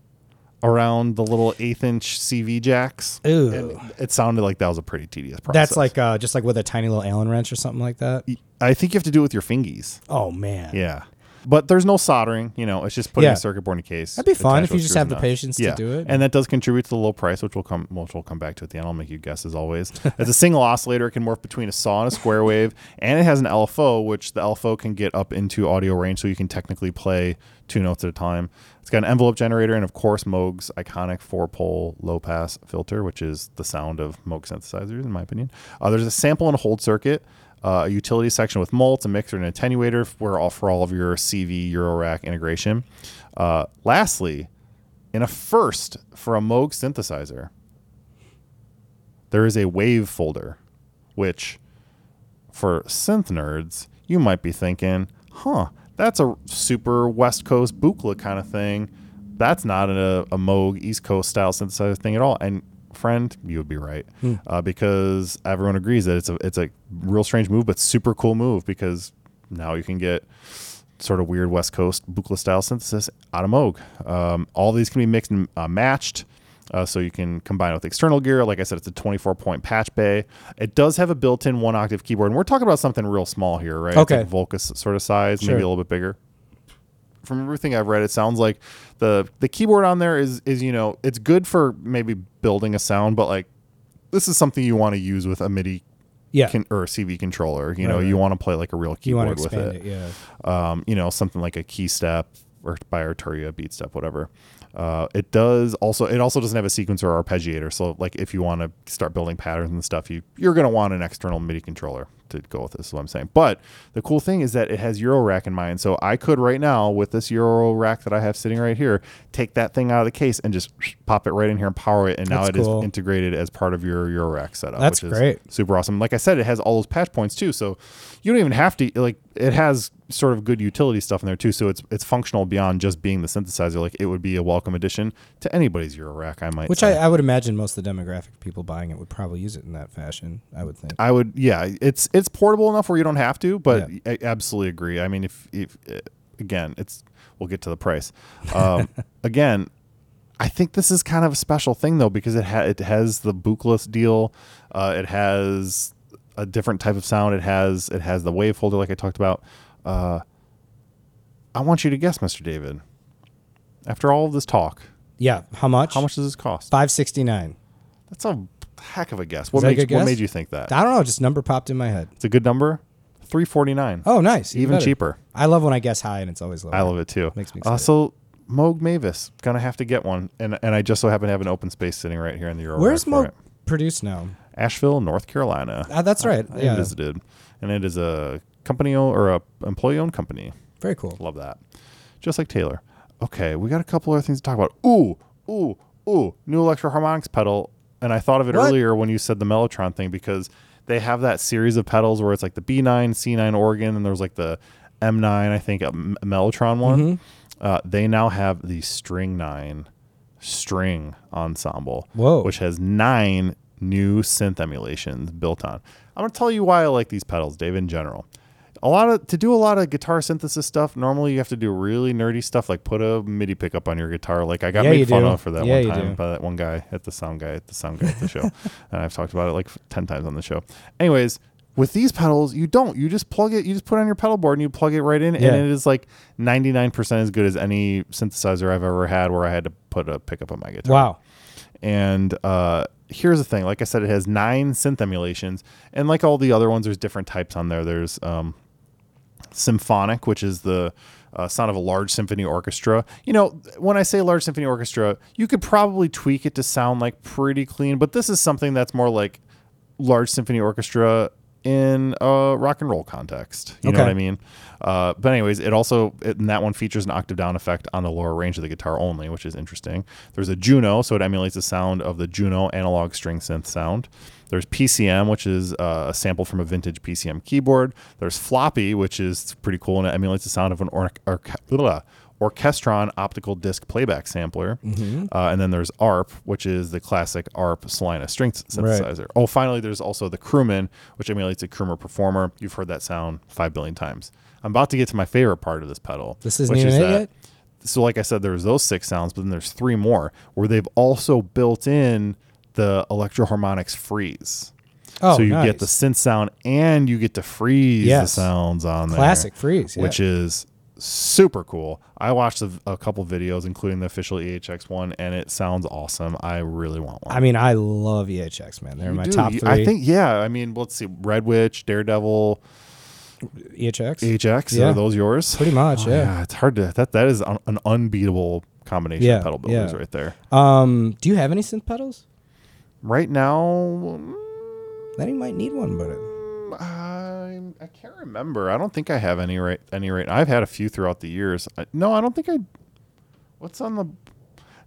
Speaker 1: around the little eighth inch cv jacks
Speaker 2: Ew.
Speaker 1: And it sounded like that was a pretty tedious process
Speaker 2: That's like uh, just like with a tiny little Allen wrench or something like that.
Speaker 1: i think you have to do it with your fingies
Speaker 2: Oh man.
Speaker 1: yeah. But there's no soldering, you know, it's just putting
Speaker 2: Yeah.
Speaker 1: a circuit board in a case.
Speaker 2: That'd be fun
Speaker 1: attached
Speaker 2: if you
Speaker 1: with
Speaker 2: just
Speaker 1: screws
Speaker 2: have
Speaker 1: and
Speaker 2: the
Speaker 1: nuts.
Speaker 2: patience to do it.
Speaker 1: And that does contribute to the low price, which we'll come which we'll come back to at the end. I'll make you guess as always. (laughs) it's a single oscillator, it can morph between a saw and a square wave, and it has an LFO, which the LFO can get up into audio range so you can technically play two notes at a time. It's got an envelope generator and of course Moog's iconic four pole low pass filter, which is the sound of Moog synthesizers, in my opinion. Uh, there's a sample and hold circuit uh, a utility section with mults, a mixer, and an attenuator for all, for all of your CV Eurorack integration. Uh, lastly, in a first for a Moog synthesizer, there is a wave folder, which for synth nerds, you might be thinking, huh, that's a super West Coast Buchla kind of thing. That's not a, a Moog East Coast style synthesizer thing at all. And friend, you would be right uh, because everyone agrees that it's a it's a real strange move, but super cool move because now you can get sort of weird West Coast Buchla style synthesis out of Moog. Um, all these can be mixed and uh, matched. Uh, so you can combine it with external gear. Like I said, it's a 24 point patch bay. It does have a built in one octave keyboard. And we're talking about something real small here, right?
Speaker 2: Okay.
Speaker 1: It's like Volcus sort of size,
Speaker 2: Sure.
Speaker 1: maybe a little bit bigger. From everything I've read, it sounds like the the keyboard on there is is you know it's good for maybe building a sound, but like this is something you want to use with a MIDI
Speaker 2: Yeah.
Speaker 1: con- or a CV controller. You
Speaker 2: Right,
Speaker 1: know,
Speaker 2: right.
Speaker 1: you want to play like a real
Speaker 2: you want to
Speaker 1: keyboard with
Speaker 2: expand it. Yeah.
Speaker 1: um, you know, something like a key step or by Arturia, beat step, whatever. Uh, it does also. It also doesn't have a sequencer or arpeggiator. So, like, if you want to start building patterns and stuff, you you're gonna want an external MIDI controller to go with this. Is what I'm saying. But the cool thing is that it has Euro Rack in mind. So I could right now with this Euro Rack that I have sitting right here, take that thing out of the case and just pop it right in here and power it, and now
Speaker 2: That's
Speaker 1: it is
Speaker 2: cool.
Speaker 1: integrated as part of your Euro Rack setup.
Speaker 2: That's
Speaker 1: which is
Speaker 2: great.
Speaker 1: super awesome. Like I said, it has all those patch points too, so you don't even have to like it has sort of good utility stuff in there too. So it's it's functional beyond just being the synthesizer. Like it would be a welcome addition to anybody's Euro rack. I might
Speaker 2: Which
Speaker 1: say.
Speaker 2: I, I would imagine most of the demographic people buying it would probably use it in that fashion. I would think.
Speaker 1: I would yeah. It's it's portable enough where you don't have to, but
Speaker 2: Yeah.
Speaker 1: I absolutely agree. I mean, if if uh, again, it's we'll get to the price.
Speaker 2: (laughs)
Speaker 1: Um, again, I think this is kind of a special thing though because it ha- it has the bookless deal. Uh, it has a different type of sound. It has it has the wave folder like I talked about. Uh, I want you to guess, Mister David. After all of this talk,
Speaker 2: Yeah. How much?
Speaker 1: how much does this cost?
Speaker 2: Five sixty nine.
Speaker 1: That's a heck of a guess. What
Speaker 2: that a
Speaker 1: made you,
Speaker 2: good
Speaker 1: what
Speaker 2: guess?
Speaker 1: made you think that?
Speaker 2: I don't know. Just number popped in my head.
Speaker 1: It's a good number. Three forty nine.
Speaker 2: Oh, nice.
Speaker 1: even
Speaker 2: better.
Speaker 1: cheaper.
Speaker 2: I love when I guess high and it's always low.
Speaker 1: I love it too.
Speaker 2: Makes me
Speaker 1: Uh, so Moog Mavis. Gonna have to get one. And and I just so happen to have an open space sitting right here in the Aurora.
Speaker 2: Where's
Speaker 1: for
Speaker 2: Moog
Speaker 1: it. Uh,
Speaker 2: produced now?
Speaker 1: Asheville, North Carolina.
Speaker 2: Ah, that's right.
Speaker 1: I
Speaker 2: yeah,
Speaker 1: visited, and it is a company o- or a employee owned company.
Speaker 2: very cool.
Speaker 1: Love that. Just like Taylor. Okay, we got a couple other things to talk about. Ooh, ooh, ooh, new electro harmonics pedal. And I thought of it
Speaker 2: What?
Speaker 1: earlier when you said the Mellotron thing because they have that series of pedals where it's like the B9, C9 organ, and there's like the M9, I think, a M- Mellotron one.
Speaker 2: Mm-hmm.
Speaker 1: Uh, they now have the String 9 string ensemble,
Speaker 2: Whoa.
Speaker 1: which has nine new synth emulations built on. I'm going to tell you why I like these pedals, Dave, in general a lot of to do a lot of guitar synthesis stuff. Normally, you have to do really nerdy stuff like put a MIDI pickup on your guitar. Like I got
Speaker 2: Yeah, you
Speaker 1: made fun
Speaker 2: do.
Speaker 1: of for that
Speaker 2: Yeah,
Speaker 1: one
Speaker 2: you
Speaker 1: time
Speaker 2: do.
Speaker 1: by that one guy at the sound guy at the sound guy at the show, (laughs) and I've talked about it like ten times on the show. Anyways, with these pedals, you don't. You just plug it. You just put it on your pedal board and you plug it right in,
Speaker 2: Yeah.
Speaker 1: and it is like ninety nine percent as good as any synthesizer I've ever had where I had to put a pickup on my guitar.
Speaker 2: Wow.
Speaker 1: And uh, here's the thing: like I said, it has nine synth emulations, and like all the other ones, there's different types on there. There's um, symphonic, which is the uh, sound of a large symphony orchestra. You know, when I say large symphony orchestra, you could probably tweak it to sound like pretty clean, but this is something that's more like large symphony orchestra in a rock and roll context. You know
Speaker 2: Okay.
Speaker 1: what I mean? Uh, but anyways, it also it, and that one features an octave down effect on the lower range of the guitar only, which is interesting. There's a Juno, so it emulates the sound of the Juno analog string synth sound. There's PCM, which is uh, a sample from a vintage PCM keyboard. There's Floppy, which is pretty cool and it emulates the sound of an or- orch- blah, Orchestron optical disc playback sampler. Uh, and then there's ARP, which is the classic ARP Solana string s-
Speaker 2: Right.
Speaker 1: synthesizer. Oh, finally, there's also the Crewman, which emulates a Croomer performer. You've heard that sound five billion times. I'm about to get to my favorite part of this pedal.
Speaker 2: This isn't
Speaker 1: which
Speaker 2: even
Speaker 1: is
Speaker 2: it
Speaker 1: that-
Speaker 2: yet?
Speaker 1: So, like I said, there's those six sounds, but then there's three more where they've also built in the electro harmonics freeze.
Speaker 2: Oh,
Speaker 1: so you
Speaker 2: nice.
Speaker 1: get the synth sound and you get to freeze
Speaker 2: Yes.
Speaker 1: the sounds on there
Speaker 2: classic freeze, yeah.
Speaker 1: which is super cool. I watched a, a couple videos, including the official EHX one, and it sounds awesome. I really want one.
Speaker 2: I mean, I love EHX, man. They're my
Speaker 1: You do.
Speaker 2: top
Speaker 1: You-
Speaker 2: three.
Speaker 1: I think, yeah. I mean, let's see, Red Witch, Daredevil,
Speaker 2: EHX,
Speaker 1: EHX.
Speaker 2: Yeah.
Speaker 1: Are those yours?
Speaker 2: E pretty much.
Speaker 1: E Oh,
Speaker 2: (laughs) yeah.
Speaker 1: it's hard to that. That is un, an unbeatable combination
Speaker 2: Yeah,
Speaker 1: of pedal builders
Speaker 2: yeah.
Speaker 1: right there.
Speaker 2: Um, do you have any synth pedals?
Speaker 1: Right now, mm,
Speaker 2: Then you might need one, but uh, it-
Speaker 1: I I can't remember. I don't think I have any right any right. I've had a few throughout the years. I, no, I don't think I. What's on the?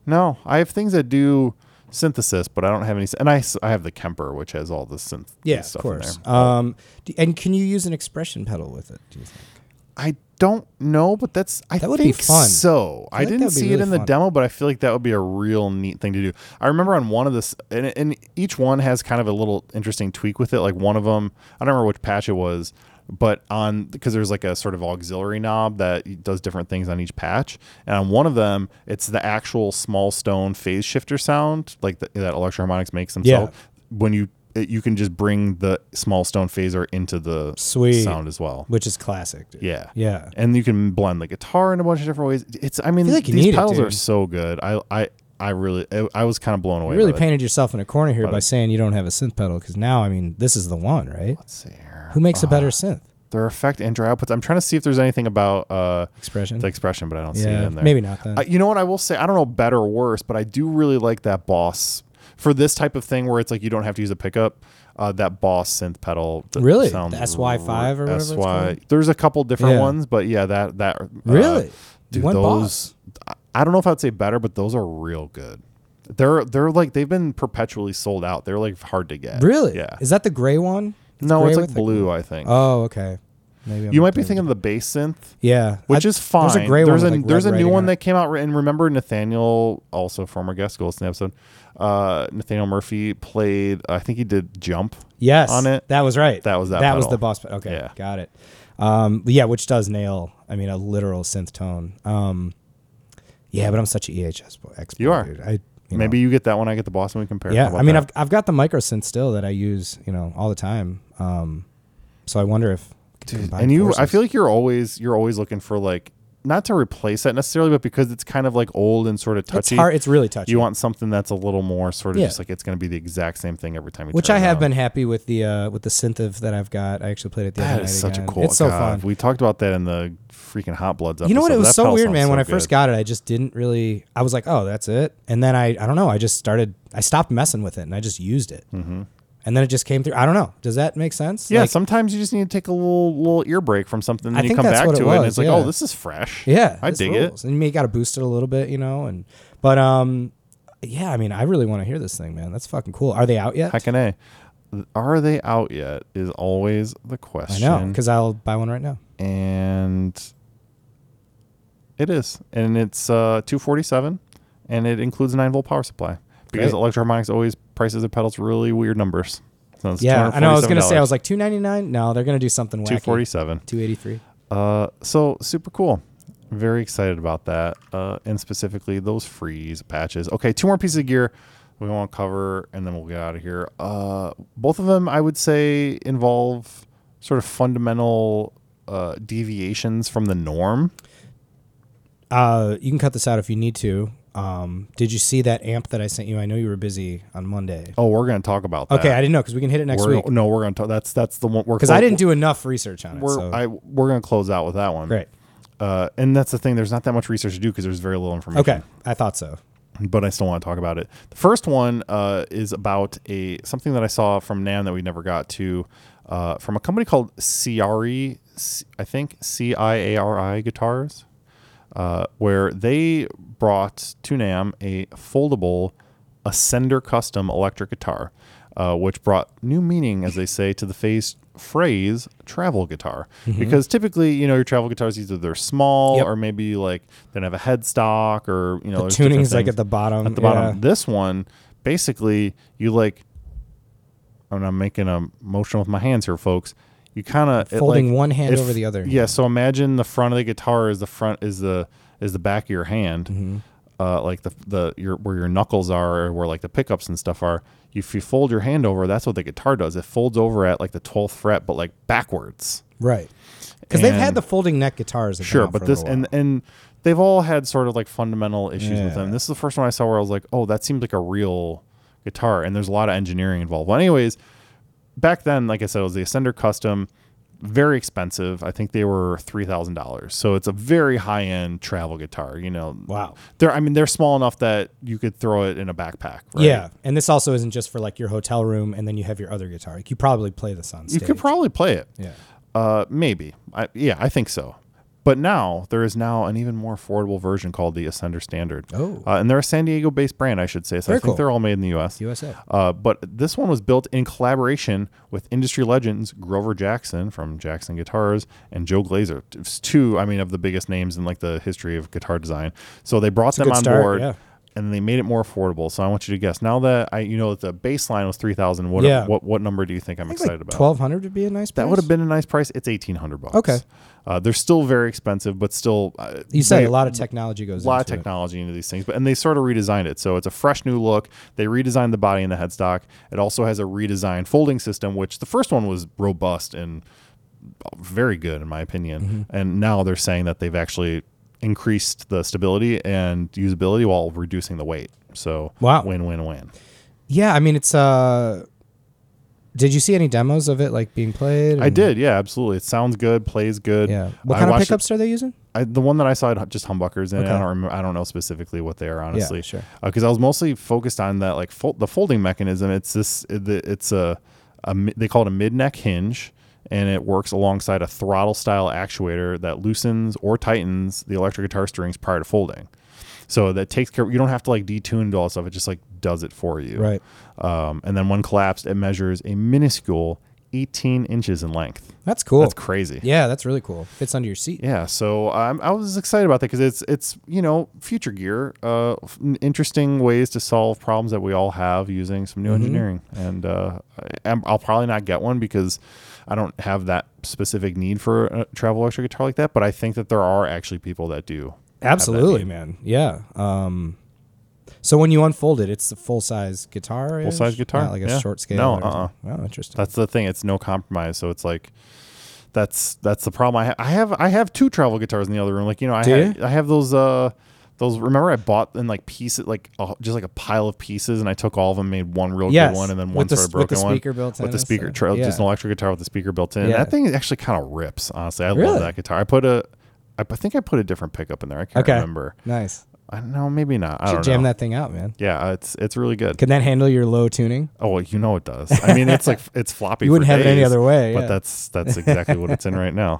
Speaker 1: No, I have things that do synthesis, but I don't have any. s- And I, s- I have the Kemper, which has all the synth.
Speaker 2: yeah, of
Speaker 1: stuff in
Speaker 2: course.
Speaker 1: there.
Speaker 2: Um, do, and can you use an expression pedal with it? Do you think?
Speaker 1: I don't know, but that's I
Speaker 2: That would be
Speaker 1: think
Speaker 2: fun.
Speaker 1: so. I,
Speaker 2: think
Speaker 1: didn't
Speaker 2: that'd be
Speaker 1: see it
Speaker 2: really
Speaker 1: in the
Speaker 2: fun.
Speaker 1: demo, but I feel like that would be a real neat thing to do. I remember on one of this, and, and each one has kind of a little interesting tweak with it. Like one of them, I don't remember which patch it was, but on because there's like a sort of auxiliary knob that does different things on each patch, and on one of them, it's the actual small stone phase shifter sound, like the, that Electro Harmonics makes themselves when you. It, you can just bring the small stone phaser into the
Speaker 2: Sweet.
Speaker 1: sound as well.
Speaker 2: Which is classic. Dude.
Speaker 1: Yeah.
Speaker 2: Yeah.
Speaker 1: And you can blend the guitar in a bunch of different ways. It's I mean
Speaker 2: feel like you
Speaker 1: these
Speaker 2: need it,
Speaker 1: pedals are
Speaker 2: dude.
Speaker 1: so good. I I I really I, I was kind of blown away.
Speaker 2: You really
Speaker 1: by that.
Speaker 2: painted yourself in a corner here by saying you don't have a synth pedal because now, I mean, this is the one, right?
Speaker 1: Let's see here.
Speaker 2: Who makes a
Speaker 1: Ah.
Speaker 2: better synth
Speaker 1: Their effect and dry outputs. I'm trying to see if there's anything about uh
Speaker 2: expression?
Speaker 1: the expression, but I don't see it
Speaker 2: yeah,
Speaker 1: in there.
Speaker 2: maybe not then.
Speaker 1: Uh, you know what I will say? I don't know better or worse, but I do really like that boss for this type of thing where it's like you don't have to use a pickup. Uh, that boss synth pedal. that
Speaker 2: Really?
Speaker 1: sounds
Speaker 2: The SY5 or
Speaker 1: re-
Speaker 2: whatever it's called?
Speaker 1: There's a couple different
Speaker 2: Yeah.
Speaker 1: ones, but yeah, that that uh,
Speaker 2: Really?
Speaker 1: dude,
Speaker 2: One
Speaker 1: those. I- I don't know if I'd say better, but those are real good. They're they're like they've been perpetually sold out. They're like hard to get.
Speaker 2: really?
Speaker 1: Yeah.
Speaker 2: Is that the gray one?
Speaker 1: no, it's
Speaker 2: gray
Speaker 1: like
Speaker 2: with
Speaker 1: blue. I think.
Speaker 2: oh, okay. Maybe I'm
Speaker 1: you might
Speaker 2: not
Speaker 1: be
Speaker 2: thinking
Speaker 1: thinking of the bass synth.
Speaker 2: Yeah,
Speaker 1: which
Speaker 2: I-
Speaker 1: is fine.
Speaker 2: There's a gray
Speaker 1: there's
Speaker 2: one.
Speaker 1: A,
Speaker 2: with, like,
Speaker 1: there's
Speaker 2: red
Speaker 1: a new
Speaker 2: writing
Speaker 1: one
Speaker 2: on it.
Speaker 1: that came out, re- and remember Nathaniel, also former guest Ghost in the episode. Uh, Nathaniel Murphy played. I think he did Jump.
Speaker 2: yes
Speaker 1: on it.
Speaker 2: That was right.
Speaker 1: That was that
Speaker 2: That was
Speaker 1: pedal.
Speaker 2: the boss. pe- Okay,
Speaker 1: Yeah.
Speaker 2: got it. Um, yeah, which does nail. I mean, a literal synth tone. Um, yeah, but I'm such a EHS boy. Expert,
Speaker 1: You are.
Speaker 2: Dude. I you
Speaker 1: Maybe you get that one. I get the boss, and we compare.
Speaker 2: Know,
Speaker 1: How
Speaker 2: yeah,
Speaker 1: about
Speaker 2: I mean,
Speaker 1: that?
Speaker 2: I've I've got the micro synth still that I use, you know, all the time. Um, so I wonder if.
Speaker 1: and you i feel like you're always you're always looking for like not to replace that necessarily, but because it's kind of like old and sort of touchy.
Speaker 2: It's hard. It's really touchy.
Speaker 1: you want something that's a little more sort of
Speaker 2: Yeah.
Speaker 1: just like it's going to be the exact same thing every time you
Speaker 2: which
Speaker 1: turn
Speaker 2: I
Speaker 1: it
Speaker 2: have
Speaker 1: on.
Speaker 2: been happy with the uh, with the synth of that I've got. I actually played it the other
Speaker 1: That
Speaker 2: night.
Speaker 1: is such
Speaker 2: again.
Speaker 1: a cool.
Speaker 2: It's so
Speaker 1: God,
Speaker 2: fun.
Speaker 1: We talked about that in the freaking Hot Bloods episode.
Speaker 2: You know what? It
Speaker 1: but
Speaker 2: was
Speaker 1: that
Speaker 2: so
Speaker 1: pedal
Speaker 2: weird,
Speaker 1: sounds
Speaker 2: man. when
Speaker 1: so
Speaker 2: I first
Speaker 1: good.
Speaker 2: got it, I just didn't really. I was like, oh, that's it. And then I, I don't know. I just started. I stopped messing with it and I just used it. Mm-hmm. And then it just came through. I don't know. Does that make sense?
Speaker 1: Yeah,
Speaker 2: Like,
Speaker 1: sometimes you just need to take a little little ear break from something, and
Speaker 2: I
Speaker 1: then you
Speaker 2: think
Speaker 1: come
Speaker 2: that's
Speaker 1: back
Speaker 2: what it
Speaker 1: to it, and
Speaker 2: was,
Speaker 1: it's like,
Speaker 2: yeah.
Speaker 1: oh, this is fresh.
Speaker 2: yeah.
Speaker 1: I
Speaker 2: this
Speaker 1: dig
Speaker 2: rules. And you got to boost it a little bit, you know. And but um, yeah. I mean, I really want to hear this thing, man. That's fucking cool. Are they out yet?
Speaker 1: it. Heckin' a. Are they out yet? Is always the
Speaker 2: I
Speaker 1: question.
Speaker 2: know because I'll buy one right now.
Speaker 1: and it is, and it's uh, two forty seven, and it includes a nine volt power supply because
Speaker 2: Great.
Speaker 1: Electroharmonics always prices their pedals really weird numbers. So it's
Speaker 2: Yeah, I know. I was gonna say I
Speaker 1: $247.
Speaker 2: was like two ninety nine. No, they're gonna do something wacky.
Speaker 1: two forty seven.
Speaker 2: Two eighty three.
Speaker 1: Uh, so super cool. Very excited about that, uh, and specifically those freeze patches. Okay, two more pieces of gear we want to cover, and then we'll get out of here. Uh, both of them, I would say, involve sort of fundamental uh, deviations from the norm.
Speaker 2: Uh, you can cut this out if you need to. Um, did you see that amp that I sent you? I know you were busy on Monday.
Speaker 1: Oh, we're gonna talk about that.
Speaker 2: Okay, I didn't know because we can hit it next
Speaker 1: We're-
Speaker 2: week.
Speaker 1: No, we're gonna talk. That's that's the one.
Speaker 2: Because I didn't do enough research on it.
Speaker 1: We're
Speaker 2: so.
Speaker 1: I, we're gonna close out with that one.
Speaker 2: Great.
Speaker 1: Uh, and that's the thing. There's not that much research to do because there's very little information.
Speaker 2: Okay, I thought so.
Speaker 1: but I still want to talk about it. The first one uh, is about a something that I saw from Nam that we never got to uh, from a company called CRE, C- I think C I A R I Guitars, uh, where they brought to Nam a foldable Ascender Custom electric guitar, uh, which brought new meaning, as they say, to the phase phrase travel guitar because typically you know your travel guitars either they're small
Speaker 2: Mm-hmm. Yep.
Speaker 1: or maybe like they don't have a headstock or you know there's different
Speaker 2: Tuning's like
Speaker 1: things
Speaker 2: at the bottom.
Speaker 1: at the bottom. This one, basically, you like. And I'm making a motion with my hands here, folks. You kind of
Speaker 2: Folding one hand over the other
Speaker 1: Yeah. So imagine the front of the guitar is the front is the is the back of your hand,
Speaker 2: Mm-hmm.
Speaker 1: uh, like the the your where your knuckles are, or where like the pickups and stuff are. If you fold your hand over, that's what the guitar does. It folds over at like the twelfth fret, but like backwards.
Speaker 2: Yeah. Right. Because they've had
Speaker 1: And-
Speaker 2: the folding neck guitars. that have been
Speaker 1: Sure,
Speaker 2: out for
Speaker 1: but
Speaker 2: a
Speaker 1: this
Speaker 2: little
Speaker 1: and
Speaker 2: while.
Speaker 1: and they've all had sort of like fundamental issues
Speaker 2: Yeah.
Speaker 1: with them. This is the first one I saw where I was like, oh, that seems like a real guitar, and there's a lot of engineering involved. Well, anyways, back then, like I said, it was the Ascender Custom, very expensive. I think they were three thousand dollars, so it's a very high end travel guitar. You know,
Speaker 2: Wow.
Speaker 1: they're I mean they're small enough that you could throw it in a backpack. Right?
Speaker 2: Yeah, and this also isn't just for like your hotel room, and then you have your other guitar. Like, you probably play this on
Speaker 1: you
Speaker 2: stage.
Speaker 1: could probably play it.
Speaker 2: yeah.
Speaker 1: Uh, maybe. I, yeah, I think so. But now there is now an even more affordable version called the Ascender Standard.
Speaker 2: Oh.
Speaker 1: uh, and they're a San Diego-based brand, I should say. So I
Speaker 2: Very
Speaker 1: think
Speaker 2: cool.
Speaker 1: they're all made in the U.S.
Speaker 2: USA.
Speaker 1: Uh, but this one was built in collaboration with industry legends Grover Jackson from Jackson Guitars and Joe Glazer. It's two, I mean, of the biggest names in like the history of guitar design. So they brought them
Speaker 2: good
Speaker 1: on
Speaker 2: start,
Speaker 1: board.
Speaker 2: yeah.
Speaker 1: And they made it more affordable. So I want you to guess. Now that I, you know, that the baseline was three thousand. What,
Speaker 2: Yeah.
Speaker 1: what, what number do you think I'm
Speaker 2: I think
Speaker 1: excited
Speaker 2: like
Speaker 1: about?
Speaker 2: twelve hundred would be a nice.
Speaker 1: That
Speaker 2: price.
Speaker 1: would have been a nice price. It's eighteen hundred bucks.
Speaker 2: Okay.
Speaker 1: uh, they're still very expensive, but still, uh,
Speaker 2: You said
Speaker 1: they-
Speaker 2: a lot of technology goes.
Speaker 1: a lot of
Speaker 2: into it.
Speaker 1: technology into these things. But and they sort of redesigned it, so it's a fresh new look. They redesigned the body and the headstock. It also has a redesigned folding system, which the first one was robust and uh, very good in my opinion.
Speaker 2: Mm-hmm.
Speaker 1: And now they're saying that they've actually increased the stability and usability while reducing the weight. So
Speaker 2: Wow.
Speaker 1: win win win.
Speaker 2: Yeah, I mean it's uh did you see any demos of it like being played?
Speaker 1: I
Speaker 2: and-
Speaker 1: did, yeah, absolutely. It sounds good, plays good.
Speaker 2: Hmm. Yeah. What
Speaker 1: I
Speaker 2: kind of
Speaker 1: watched it-
Speaker 2: pickups are they using?
Speaker 1: I, the one that I saw had just humbuckers in it.
Speaker 2: Okay.
Speaker 1: I don't remember. I don't know specifically what they are, honestly.
Speaker 2: sure.
Speaker 1: Because I was mostly focused on that, like fol- the folding mechanism. It's this. It, it's a, a mi- they call it a mid neck hinge, and it works alongside a throttle style actuator that loosens or tightens the electric guitar strings prior to folding. So that takes care. You don't have to like detune all that stuff. It just like does it for you.
Speaker 2: Right.
Speaker 1: Um, and then when collapsed, it measures a minuscule 18 inches in length.
Speaker 2: That's cool.
Speaker 1: That's crazy.
Speaker 2: yeah, that's really cool. Fits under your seat.
Speaker 1: Yeah, so um, I was excited about that because it's it's you know future gear, uh, f- interesting ways to solve problems that we all have using some new engineering, and uh, I, am- I'll probably not get one because I don't have that specific need for a travel electric guitar like that. But I think that there are actually people that do.
Speaker 2: Absolutely, man. Yeah. Um so when you unfold it, it's a full size guitar.
Speaker 1: Full-size guitar,
Speaker 2: Not like a
Speaker 1: yeah.
Speaker 2: short scale.
Speaker 1: No,
Speaker 2: or anything.
Speaker 1: uh-uh.
Speaker 2: Wow, interesting.
Speaker 1: That's the thing; it's no compromise, so it's like that's that's the problem. I, ha- I have I have two travel guitars in the other room. Like you know, I
Speaker 2: Do
Speaker 1: had,
Speaker 2: you?
Speaker 1: I have those uh those. Remember, I bought in like pieces, like uh, just like a pile of pieces, and I took all of them, made one real
Speaker 2: Yes.
Speaker 1: good one, and then
Speaker 2: With
Speaker 1: one
Speaker 2: the
Speaker 1: sort of
Speaker 2: s- with the
Speaker 1: broken one
Speaker 2: speaker built in
Speaker 1: with the
Speaker 2: and
Speaker 1: speaker,
Speaker 2: stuff.
Speaker 1: tra-
Speaker 2: Yeah.
Speaker 1: just an electric guitar with the speaker built in.
Speaker 2: Yeah.
Speaker 1: That thing actually kind of rips. Honestly, I
Speaker 2: Really?
Speaker 1: love that guitar. I put a, I p- think I put a different pickup in there. I can't
Speaker 2: Okay.
Speaker 1: remember.
Speaker 2: Nice.
Speaker 1: I don't know, maybe not. I
Speaker 2: You
Speaker 1: don't
Speaker 2: should jam
Speaker 1: know.
Speaker 2: that thing out, man.
Speaker 1: Yeah, it's it's really good.
Speaker 2: Can that handle your low tuning?
Speaker 1: Oh well, you know it does. I mean,
Speaker 2: (laughs)
Speaker 1: it's like it's floppy.
Speaker 2: You
Speaker 1: for
Speaker 2: wouldn't have it any
Speaker 1: days,
Speaker 2: other way,
Speaker 1: But
Speaker 2: yeah.
Speaker 1: that's that's exactly what it's in right
Speaker 2: (laughs)
Speaker 1: now.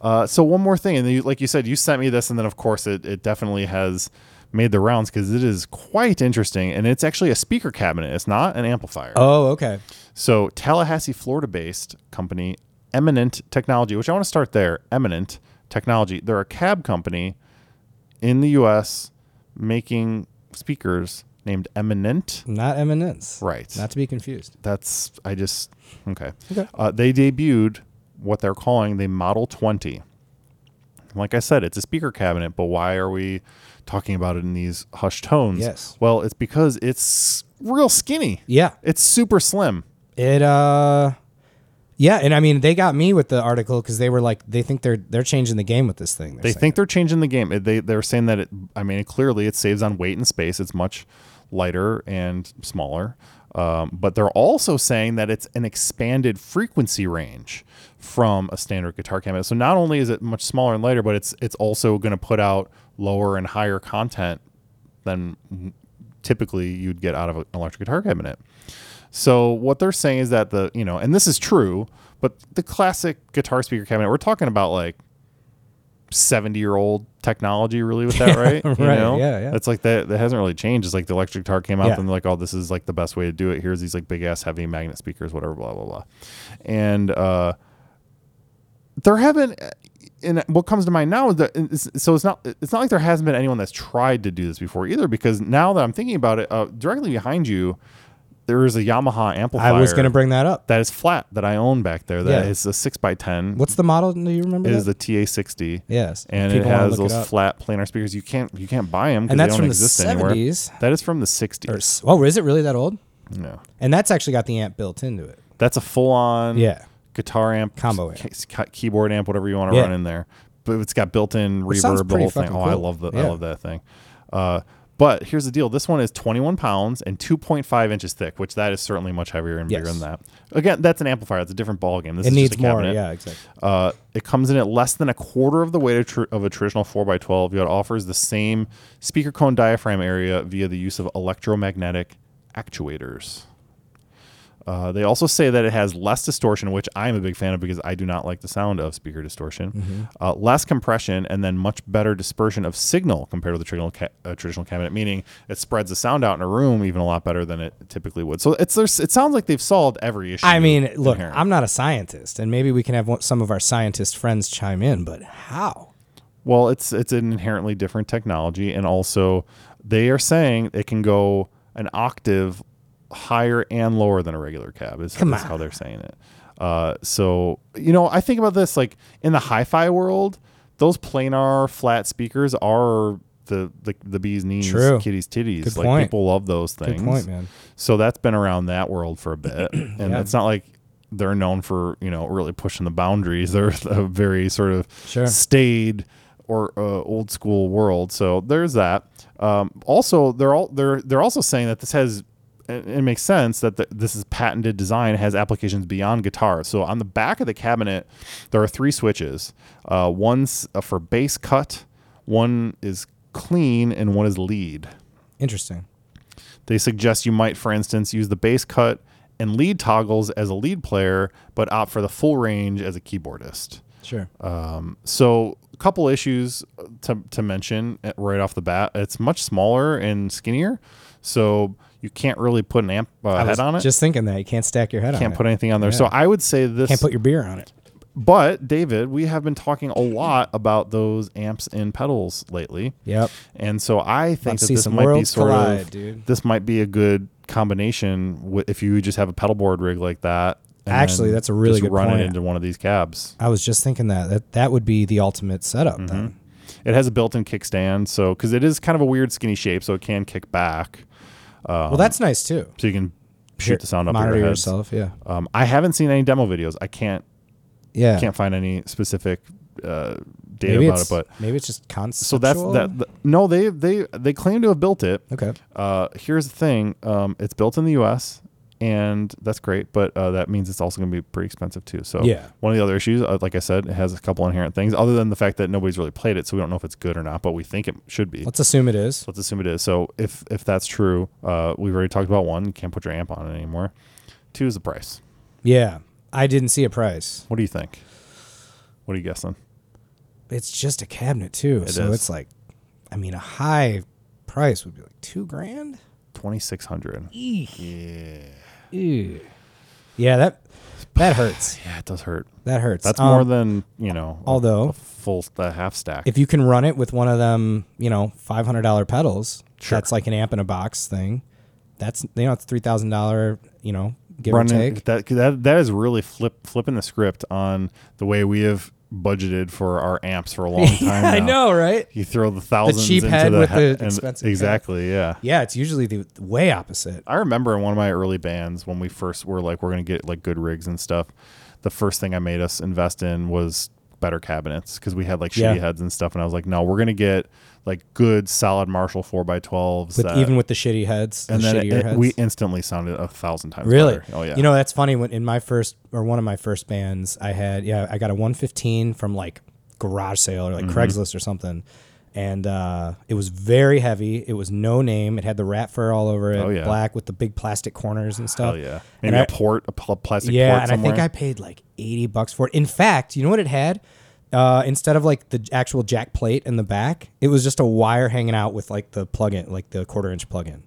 Speaker 1: Uh, so one more thing, and then you, like you said, you sent me this, and then of course it it definitely has made the rounds because it is quite interesting, and it's actually a speaker cabinet. It's not an amplifier.
Speaker 2: Oh, okay.
Speaker 1: So Tallahassee, Florida-based company Eminent Technology, which I want to start there. Eminent Technology. They're a cab company in the U.S. making speakers named Eminent.
Speaker 2: Not eminence.
Speaker 1: Right
Speaker 2: Not to be confused.
Speaker 1: that's I just okay.
Speaker 2: Okay.
Speaker 1: Uh, they debuted what they're calling the Model 20. Like I said, it's a speaker cabinet, but why are we talking about it in these hushed tones?
Speaker 2: Yes.
Speaker 1: Well, it's because it's real skinny.
Speaker 2: Yeah.
Speaker 1: It's super slim.
Speaker 2: It uh yeah, and I mean they got me with the article because they were like they think they're they're changing the game with this thing. They're
Speaker 1: They
Speaker 2: saying.
Speaker 1: think they're changing the game. It- They they're saying that it. I mean, clearly it saves on weight and space. It's much lighter and smaller. Um, but they're also saying that it's an expanded frequency range from a standard guitar cabinet. So not only is it much smaller and lighter, but it's it's also going to put out lower and higher content than typically you'd get out of an electric guitar cabinet. So what they're saying is that the you know, and this is true, but the classic guitar speaker cabinet we're talking about like seventy year old technology, really with
Speaker 2: (laughs)
Speaker 1: that, right? You
Speaker 2: right, yeah, yeah.
Speaker 1: It's like that that hasn't really changed. It's like the electric guitar came out,
Speaker 2: Yeah.
Speaker 1: and they're like, oh, this is like the best way to do it. Here's these like big ass heavy magnet speakers, whatever, blah blah blah, and uh, there haven't. uh, And what comes to mind now is that it's, so it's not it's not like there hasn't been anyone that's tried to do this before either. Because now that I'm thinking about it, uh, directly behind you, there is a Yamaha
Speaker 2: I
Speaker 1: amplifier.
Speaker 2: was gonna bring that up.
Speaker 1: that is flat that I own back there. That
Speaker 2: Yeah.
Speaker 1: is a six x ten.
Speaker 2: What's the model? Do you remember?
Speaker 1: It
Speaker 2: that?
Speaker 1: is the TA60.
Speaker 2: yes,
Speaker 1: And
Speaker 2: People
Speaker 1: it
Speaker 2: wanna
Speaker 1: has
Speaker 2: look it
Speaker 1: those
Speaker 2: up.
Speaker 1: flat planar speakers. You can't you can't buy them because
Speaker 2: And
Speaker 1: they
Speaker 2: that's
Speaker 1: don't
Speaker 2: from the
Speaker 1: exist anywhere.
Speaker 2: 70s.
Speaker 1: That is from the 60s.
Speaker 2: Or s- Oh, is it really that old?
Speaker 1: No,
Speaker 2: And that's actually got the amp built into it.
Speaker 1: that's a full on
Speaker 2: Yeah.
Speaker 1: guitar amp
Speaker 2: Combo
Speaker 1: ca- ca- keyboard amp, whatever you want to
Speaker 2: Yeah.
Speaker 1: run in there. But it's got built-in
Speaker 2: sounds
Speaker 1: reverb, the
Speaker 2: pretty
Speaker 1: whole thing.
Speaker 2: fucking
Speaker 1: Oh, I
Speaker 2: cool.
Speaker 1: love that! I
Speaker 2: Yeah.
Speaker 1: love that thing. Uh, but here's the deal: this one is 21 pounds and 2.5 inches thick, which that is certainly much heavier and bigger
Speaker 2: Yes.
Speaker 1: than that. Again, that's an amplifier. It's a different ballgame. This
Speaker 2: It
Speaker 1: is
Speaker 2: needs
Speaker 1: just a
Speaker 2: more.
Speaker 1: cabinet.
Speaker 2: Yeah, exactly.
Speaker 1: Uh, it comes in at less than a quarter of the weight of, tr- of a traditional 4x12, yet offers the same speaker cone diaphragm area via the use of electromagnetic actuators. Uh, they also say that it has less distortion, which I'm a big fan of because I do not like the sound of speaker distortion.
Speaker 2: Mm-hmm.
Speaker 1: Uh, less compression and then much better dispersion of signal compared to the traditional, ca- uh, traditional cabinet, meaning it spreads the sound out in a room even a lot better than it typically would. So it's there's- it sounds like they've solved every issue.
Speaker 2: I mean, look,
Speaker 1: inherent.
Speaker 2: I'm not a scientist, and maybe we can have one, some of our scientist friends chime in. But how?
Speaker 1: Well, it's it's an inherently different technology, and also they are saying it can go an octave higher and lower than a regular cab. Is, is how they're saying it. Uh, so you know, I think about this like in the hi-fi world, those planar flat speakers are the the, the bees knees,
Speaker 2: True.
Speaker 1: kitties titties. like
Speaker 2: point.
Speaker 1: people love those things.
Speaker 2: point, man.
Speaker 1: So that's been around that world for a bit, and it's not like they're known for you know really pushing the boundaries. (laughs) They're a very sort of
Speaker 2: Sure.
Speaker 1: stayed or uh, old school world. So there's that. Um, also, they're all they're they're also saying that this has it it makes sense that the, this is patented design has applications beyond guitar. So on the back of the cabinet, there are three switches. Uh, one's uh, for bass cut, one is clean, and one is lead.
Speaker 2: Interesting.
Speaker 1: They suggest you might, for instance, use the bass cut and lead toggles as a lead player, but opt for the full range as a keyboardist.
Speaker 2: Sure.
Speaker 1: So, a couple issues uh, to, to mention uh, right off the bat. It's much smaller and skinnier, so you can't really put an amp uh,
Speaker 2: I was
Speaker 1: head on it.
Speaker 2: Just thinking that you can't stack your head on
Speaker 1: can't
Speaker 2: it.
Speaker 1: put anything on there. So, I would say this.
Speaker 2: can't put your beer on it.
Speaker 1: but David, we have been talking a lot about those amps and pedals lately.
Speaker 2: Yep.
Speaker 1: And so I think
Speaker 2: Let's
Speaker 1: that
Speaker 2: see
Speaker 1: this
Speaker 2: some
Speaker 1: might be
Speaker 2: worlds
Speaker 1: sort of
Speaker 2: collide, dude.
Speaker 1: this might be a good combination wi- if you just have a pedal board rig like that. and
Speaker 2: Actually,
Speaker 1: then
Speaker 2: that's a really
Speaker 1: just
Speaker 2: good
Speaker 1: run it
Speaker 2: point.
Speaker 1: into one of these cabs.
Speaker 2: I was just thinking that that, that would be the ultimate setup.
Speaker 1: Mm-hmm.
Speaker 2: Then
Speaker 1: It has a built-in kickstand, so because it is kind of a weird skinny shape, so it can kick back,
Speaker 2: well, that's nice too.
Speaker 1: so you can shoot the sound up
Speaker 2: Monitor
Speaker 1: your head.
Speaker 2: yourself. Yeah.
Speaker 1: Um, I haven't seen any demo videos. I can't
Speaker 2: Yeah.
Speaker 1: Can't find any specific uh, data
Speaker 2: maybe
Speaker 1: about
Speaker 2: it's
Speaker 1: it, but
Speaker 2: maybe it's just conceptual.
Speaker 1: so that's that. th- no, they they they claim to have built it.
Speaker 2: okay.
Speaker 1: Uh, here's the thing: um, it's built in the U.S. and that's great, but uh, that means it's also going to be pretty expensive too. So
Speaker 2: Yeah.
Speaker 1: one of the other issues, uh, like I said, it has a couple inherent things, other than the fact that nobody's really played it, so we don't know if it's good or not, but we think it should be.
Speaker 2: Let's assume it is.
Speaker 1: Let's assume it is. So if if that's true, uh, we've already talked about one. You can't put your amp on it anymore. Two is the price.
Speaker 2: Yeah. I didn't see a price.
Speaker 1: What do you think? What are you guessing?
Speaker 2: It's just a cabinet too, so
Speaker 1: is.
Speaker 2: it's like, I mean, a high price would be like two grand.
Speaker 1: Twenty six hundred.
Speaker 2: Ew. Yeah, that that hurts.
Speaker 1: Yeah, it does hurt.
Speaker 2: That hurts.
Speaker 1: That's
Speaker 2: Um,
Speaker 1: more than you know. a-
Speaker 2: although-
Speaker 1: a full a half stack.
Speaker 2: if you can run it with one of them, you know, five hundred dollar pedals.
Speaker 1: Sure.
Speaker 2: That's like an amp in a box thing. That's you know, it's three thousand dollar. You know, give or
Speaker 1: running
Speaker 2: take.
Speaker 1: that that that is really flip flipping the script on the way we have budgeted for our amps for a
Speaker 2: (laughs)
Speaker 1: long (laughs) time. now.
Speaker 2: right?
Speaker 1: You throw the thousands
Speaker 2: cheap
Speaker 1: into
Speaker 2: head
Speaker 1: the,
Speaker 2: with
Speaker 1: he-
Speaker 2: the
Speaker 1: and-
Speaker 2: expensive head.
Speaker 1: exactly, yeah.
Speaker 2: Yeah, it's usually the way opposite.
Speaker 1: I remember in one of my early bands when we first were like we're gonna get like good rigs and stuff. The first thing I made us invest in was better cabinets because we had like shitty
Speaker 2: Yeah.
Speaker 1: heads and stuff, and I was like, no, we're gonna get like good solid Marshall four x twelves.
Speaker 2: With even with the shitty heads,
Speaker 1: and
Speaker 2: the
Speaker 1: then
Speaker 2: shittier
Speaker 1: it-
Speaker 2: heads.
Speaker 1: we instantly sounded a thousand times
Speaker 2: Really?
Speaker 1: better. Oh yeah,
Speaker 2: You know, that's funny. When in my first or one of my first bands, I had yeah, I got a 115 from like garage sale or like
Speaker 1: Mm-hmm.
Speaker 2: Craigslist or something, and uh, it was very heavy. It was no name. It had the rat fur all over it,
Speaker 1: Oh, yeah.
Speaker 2: black with the big plastic corners and stuff.
Speaker 1: Hell yeah.
Speaker 2: And
Speaker 1: Maybe
Speaker 2: I-
Speaker 1: a port, a pl- plastic
Speaker 2: yeah,
Speaker 1: port
Speaker 2: and
Speaker 1: somewhere.
Speaker 2: I think I paid like 80 bucks for it. In fact, you know what it had? Uh, instead of like the actual jack plate in the back, it was just a wire hanging out with like the plug-in, like the quarter-inch plug-in.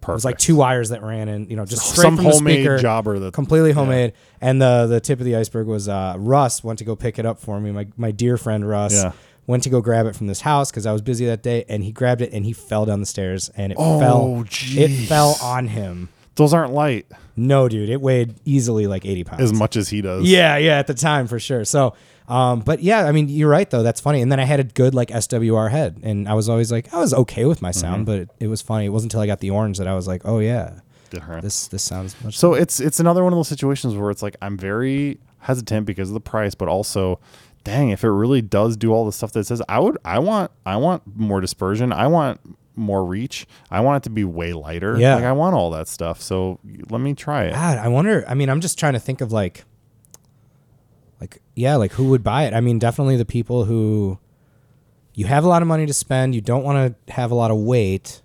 Speaker 1: Perfect.
Speaker 2: It was like two wires that ran in, you know, just straight
Speaker 1: Some
Speaker 2: from the
Speaker 1: homemade
Speaker 2: speaker,
Speaker 1: jobber that-
Speaker 2: completely homemade. And the the tip of the iceberg was uh, Russ went to go pick it up for me. My my dear friend Russ
Speaker 1: Yeah.
Speaker 2: went to go grab it from this house because I was busy that day, and he grabbed it and he fell down the stairs and it
Speaker 1: Oh,
Speaker 2: fell. It
Speaker 1: jeez.
Speaker 2: fell on him.
Speaker 1: Those aren't light
Speaker 2: No, dude, it weighed easily like eighty pounds.
Speaker 1: as much as he does.
Speaker 2: Yeah, yeah, at the time for sure. So, um, but yeah, I mean, you're right though. That's funny. And then I had a good like SWR head, and I was always like, I was okay with my
Speaker 1: Mm-hmm.
Speaker 2: sound, but it, it was funny. It wasn't until I got the orange that I was like, oh yeah,
Speaker 1: Different.
Speaker 2: this this sounds much.
Speaker 1: So it's it's another one of those situations where it's like I'm very hesitant because of the price, but also, dang, if it really does do all the stuff that it says, I would I want I want more dispersion. I want more reach. I want it to be way lighter.
Speaker 2: Yeah. Ah,
Speaker 1: Like I want all that stuff. So let me try it.
Speaker 2: God, I wonder. I mean, I'm just trying to think of like, like yeah, like who would buy it? I mean, definitely the people who you have a lot of money to spend. You don't want to have a lot of weight.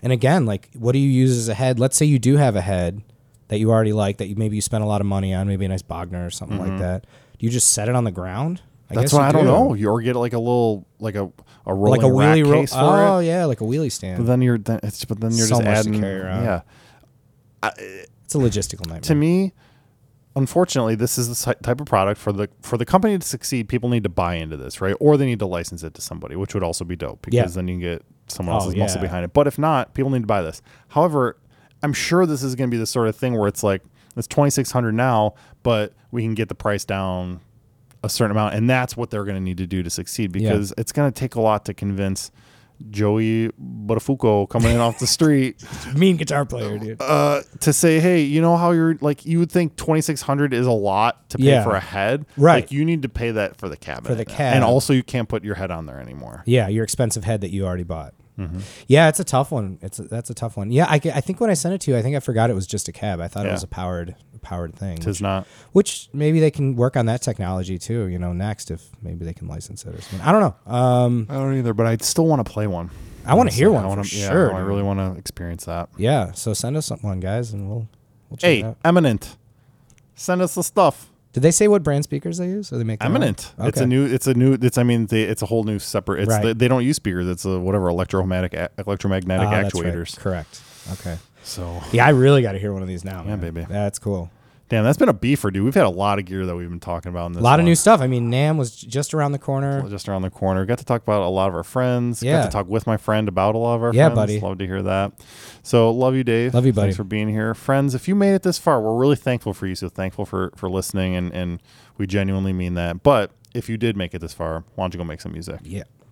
Speaker 2: And again, like, what do you use as a head? Let's say you do have a head that you already like that you maybe you spent a lot of money on, maybe a nice Bogner or something like that. Do you just set it on the ground? I
Speaker 1: Mm-hmm. That's
Speaker 2: guess
Speaker 1: what
Speaker 2: you
Speaker 1: I don't
Speaker 2: do.
Speaker 1: know. You or get like a little like a a rolling
Speaker 2: Like a
Speaker 1: rack
Speaker 2: wheelie roll.
Speaker 1: case for it.
Speaker 2: Oh yeah, like a wheelie
Speaker 1: But
Speaker 2: stand.
Speaker 1: then you're then it's but then you're
Speaker 2: So
Speaker 1: just
Speaker 2: much to
Speaker 1: adding
Speaker 2: carry around.
Speaker 1: yeah.
Speaker 2: It's a logistical nightmare.
Speaker 1: To me, unfortunately, this is the si- type of product for the for the company to succeed. People need to buy into this, right? Or they need to license it to somebody, which would also be dope because
Speaker 2: Yeah.
Speaker 1: then you can get someone
Speaker 2: Oh,
Speaker 1: else's muscle
Speaker 2: yeah.
Speaker 1: behind it. But if not, people need to buy this. However, I'm sure this is going to be the sort of thing where it's like it's 2600 now, but we can get the price down a certain amount and that's what they're going to need to do to succeed because it's going to take a lot to convince Joey Buttafuoco coming in off the street
Speaker 2: (laughs) mean guitar player, dude.
Speaker 1: uh, to say, hey, you know how you're like you would think twenty six hundred is a lot to pay
Speaker 2: Yeah.
Speaker 1: for a head,
Speaker 2: Right.
Speaker 1: Like you need to pay that for the cabinet
Speaker 2: For the
Speaker 1: now.
Speaker 2: cab.
Speaker 1: and also you can't put your head on there anymore.
Speaker 2: Yeah, your expensive head that you already bought.
Speaker 1: Mm-hmm.
Speaker 2: Yeah, it's a tough one. It's a, that's a tough one. Yeah, I, g- I think when I sent it to you, I think I forgot it was just a cab. I thought it
Speaker 1: Yeah.
Speaker 2: was a powered powered thing.
Speaker 1: Tis not.
Speaker 2: Which maybe they can work on that technology too. You know, next if maybe they can license it or something. I don't know. Um,
Speaker 1: I don't either, but I still want to play one.
Speaker 2: I want to hear
Speaker 1: Honestly,
Speaker 2: one
Speaker 1: I wanna-
Speaker 2: for
Speaker 1: yeah,
Speaker 2: sure.
Speaker 1: I
Speaker 2: dude.
Speaker 1: really want to experience that.
Speaker 2: yeah. So send us one, guys, and we'll we'll check it
Speaker 1: Hey,
Speaker 2: out.
Speaker 1: Eminent, send us the stuff.
Speaker 2: Did they say what brand speakers they use? Or they make their own?
Speaker 1: Eminent. It's a
Speaker 2: Okay.
Speaker 1: new. It's a new. It's. I mean, they, it's a whole new separate. It's.
Speaker 2: Right.
Speaker 1: They, they don't use speakers. It's a whatever electromagnetic a- electromagnetic
Speaker 2: Ah, that's right.
Speaker 1: actuators.
Speaker 2: Correct. Okay.
Speaker 1: So
Speaker 2: Yeah, I really got to hear one of these now. Yeah,
Speaker 1: baby.
Speaker 2: That's cool.
Speaker 1: damn, that's been a beefer, dude. We've had a lot of gear that we've been talking about in this.
Speaker 2: A lot of
Speaker 1: one.
Speaker 2: new stuff. I mean, Nam was j- just around the corner.
Speaker 1: just around the corner. Got to talk about a lot of our friends. Got
Speaker 2: Yeah.
Speaker 1: to talk with my friend about a lot of our
Speaker 2: Yeah,
Speaker 1: friends.
Speaker 2: buddy.
Speaker 1: Love to hear that. So love you, Dave.
Speaker 2: Love you, buddy.
Speaker 1: Thanks for being here. Friends, if you made it this far, we're really thankful for you. So thankful for for listening and and we genuinely mean that. But if you did make it this far, why don't you go make some music?
Speaker 2: Yeah.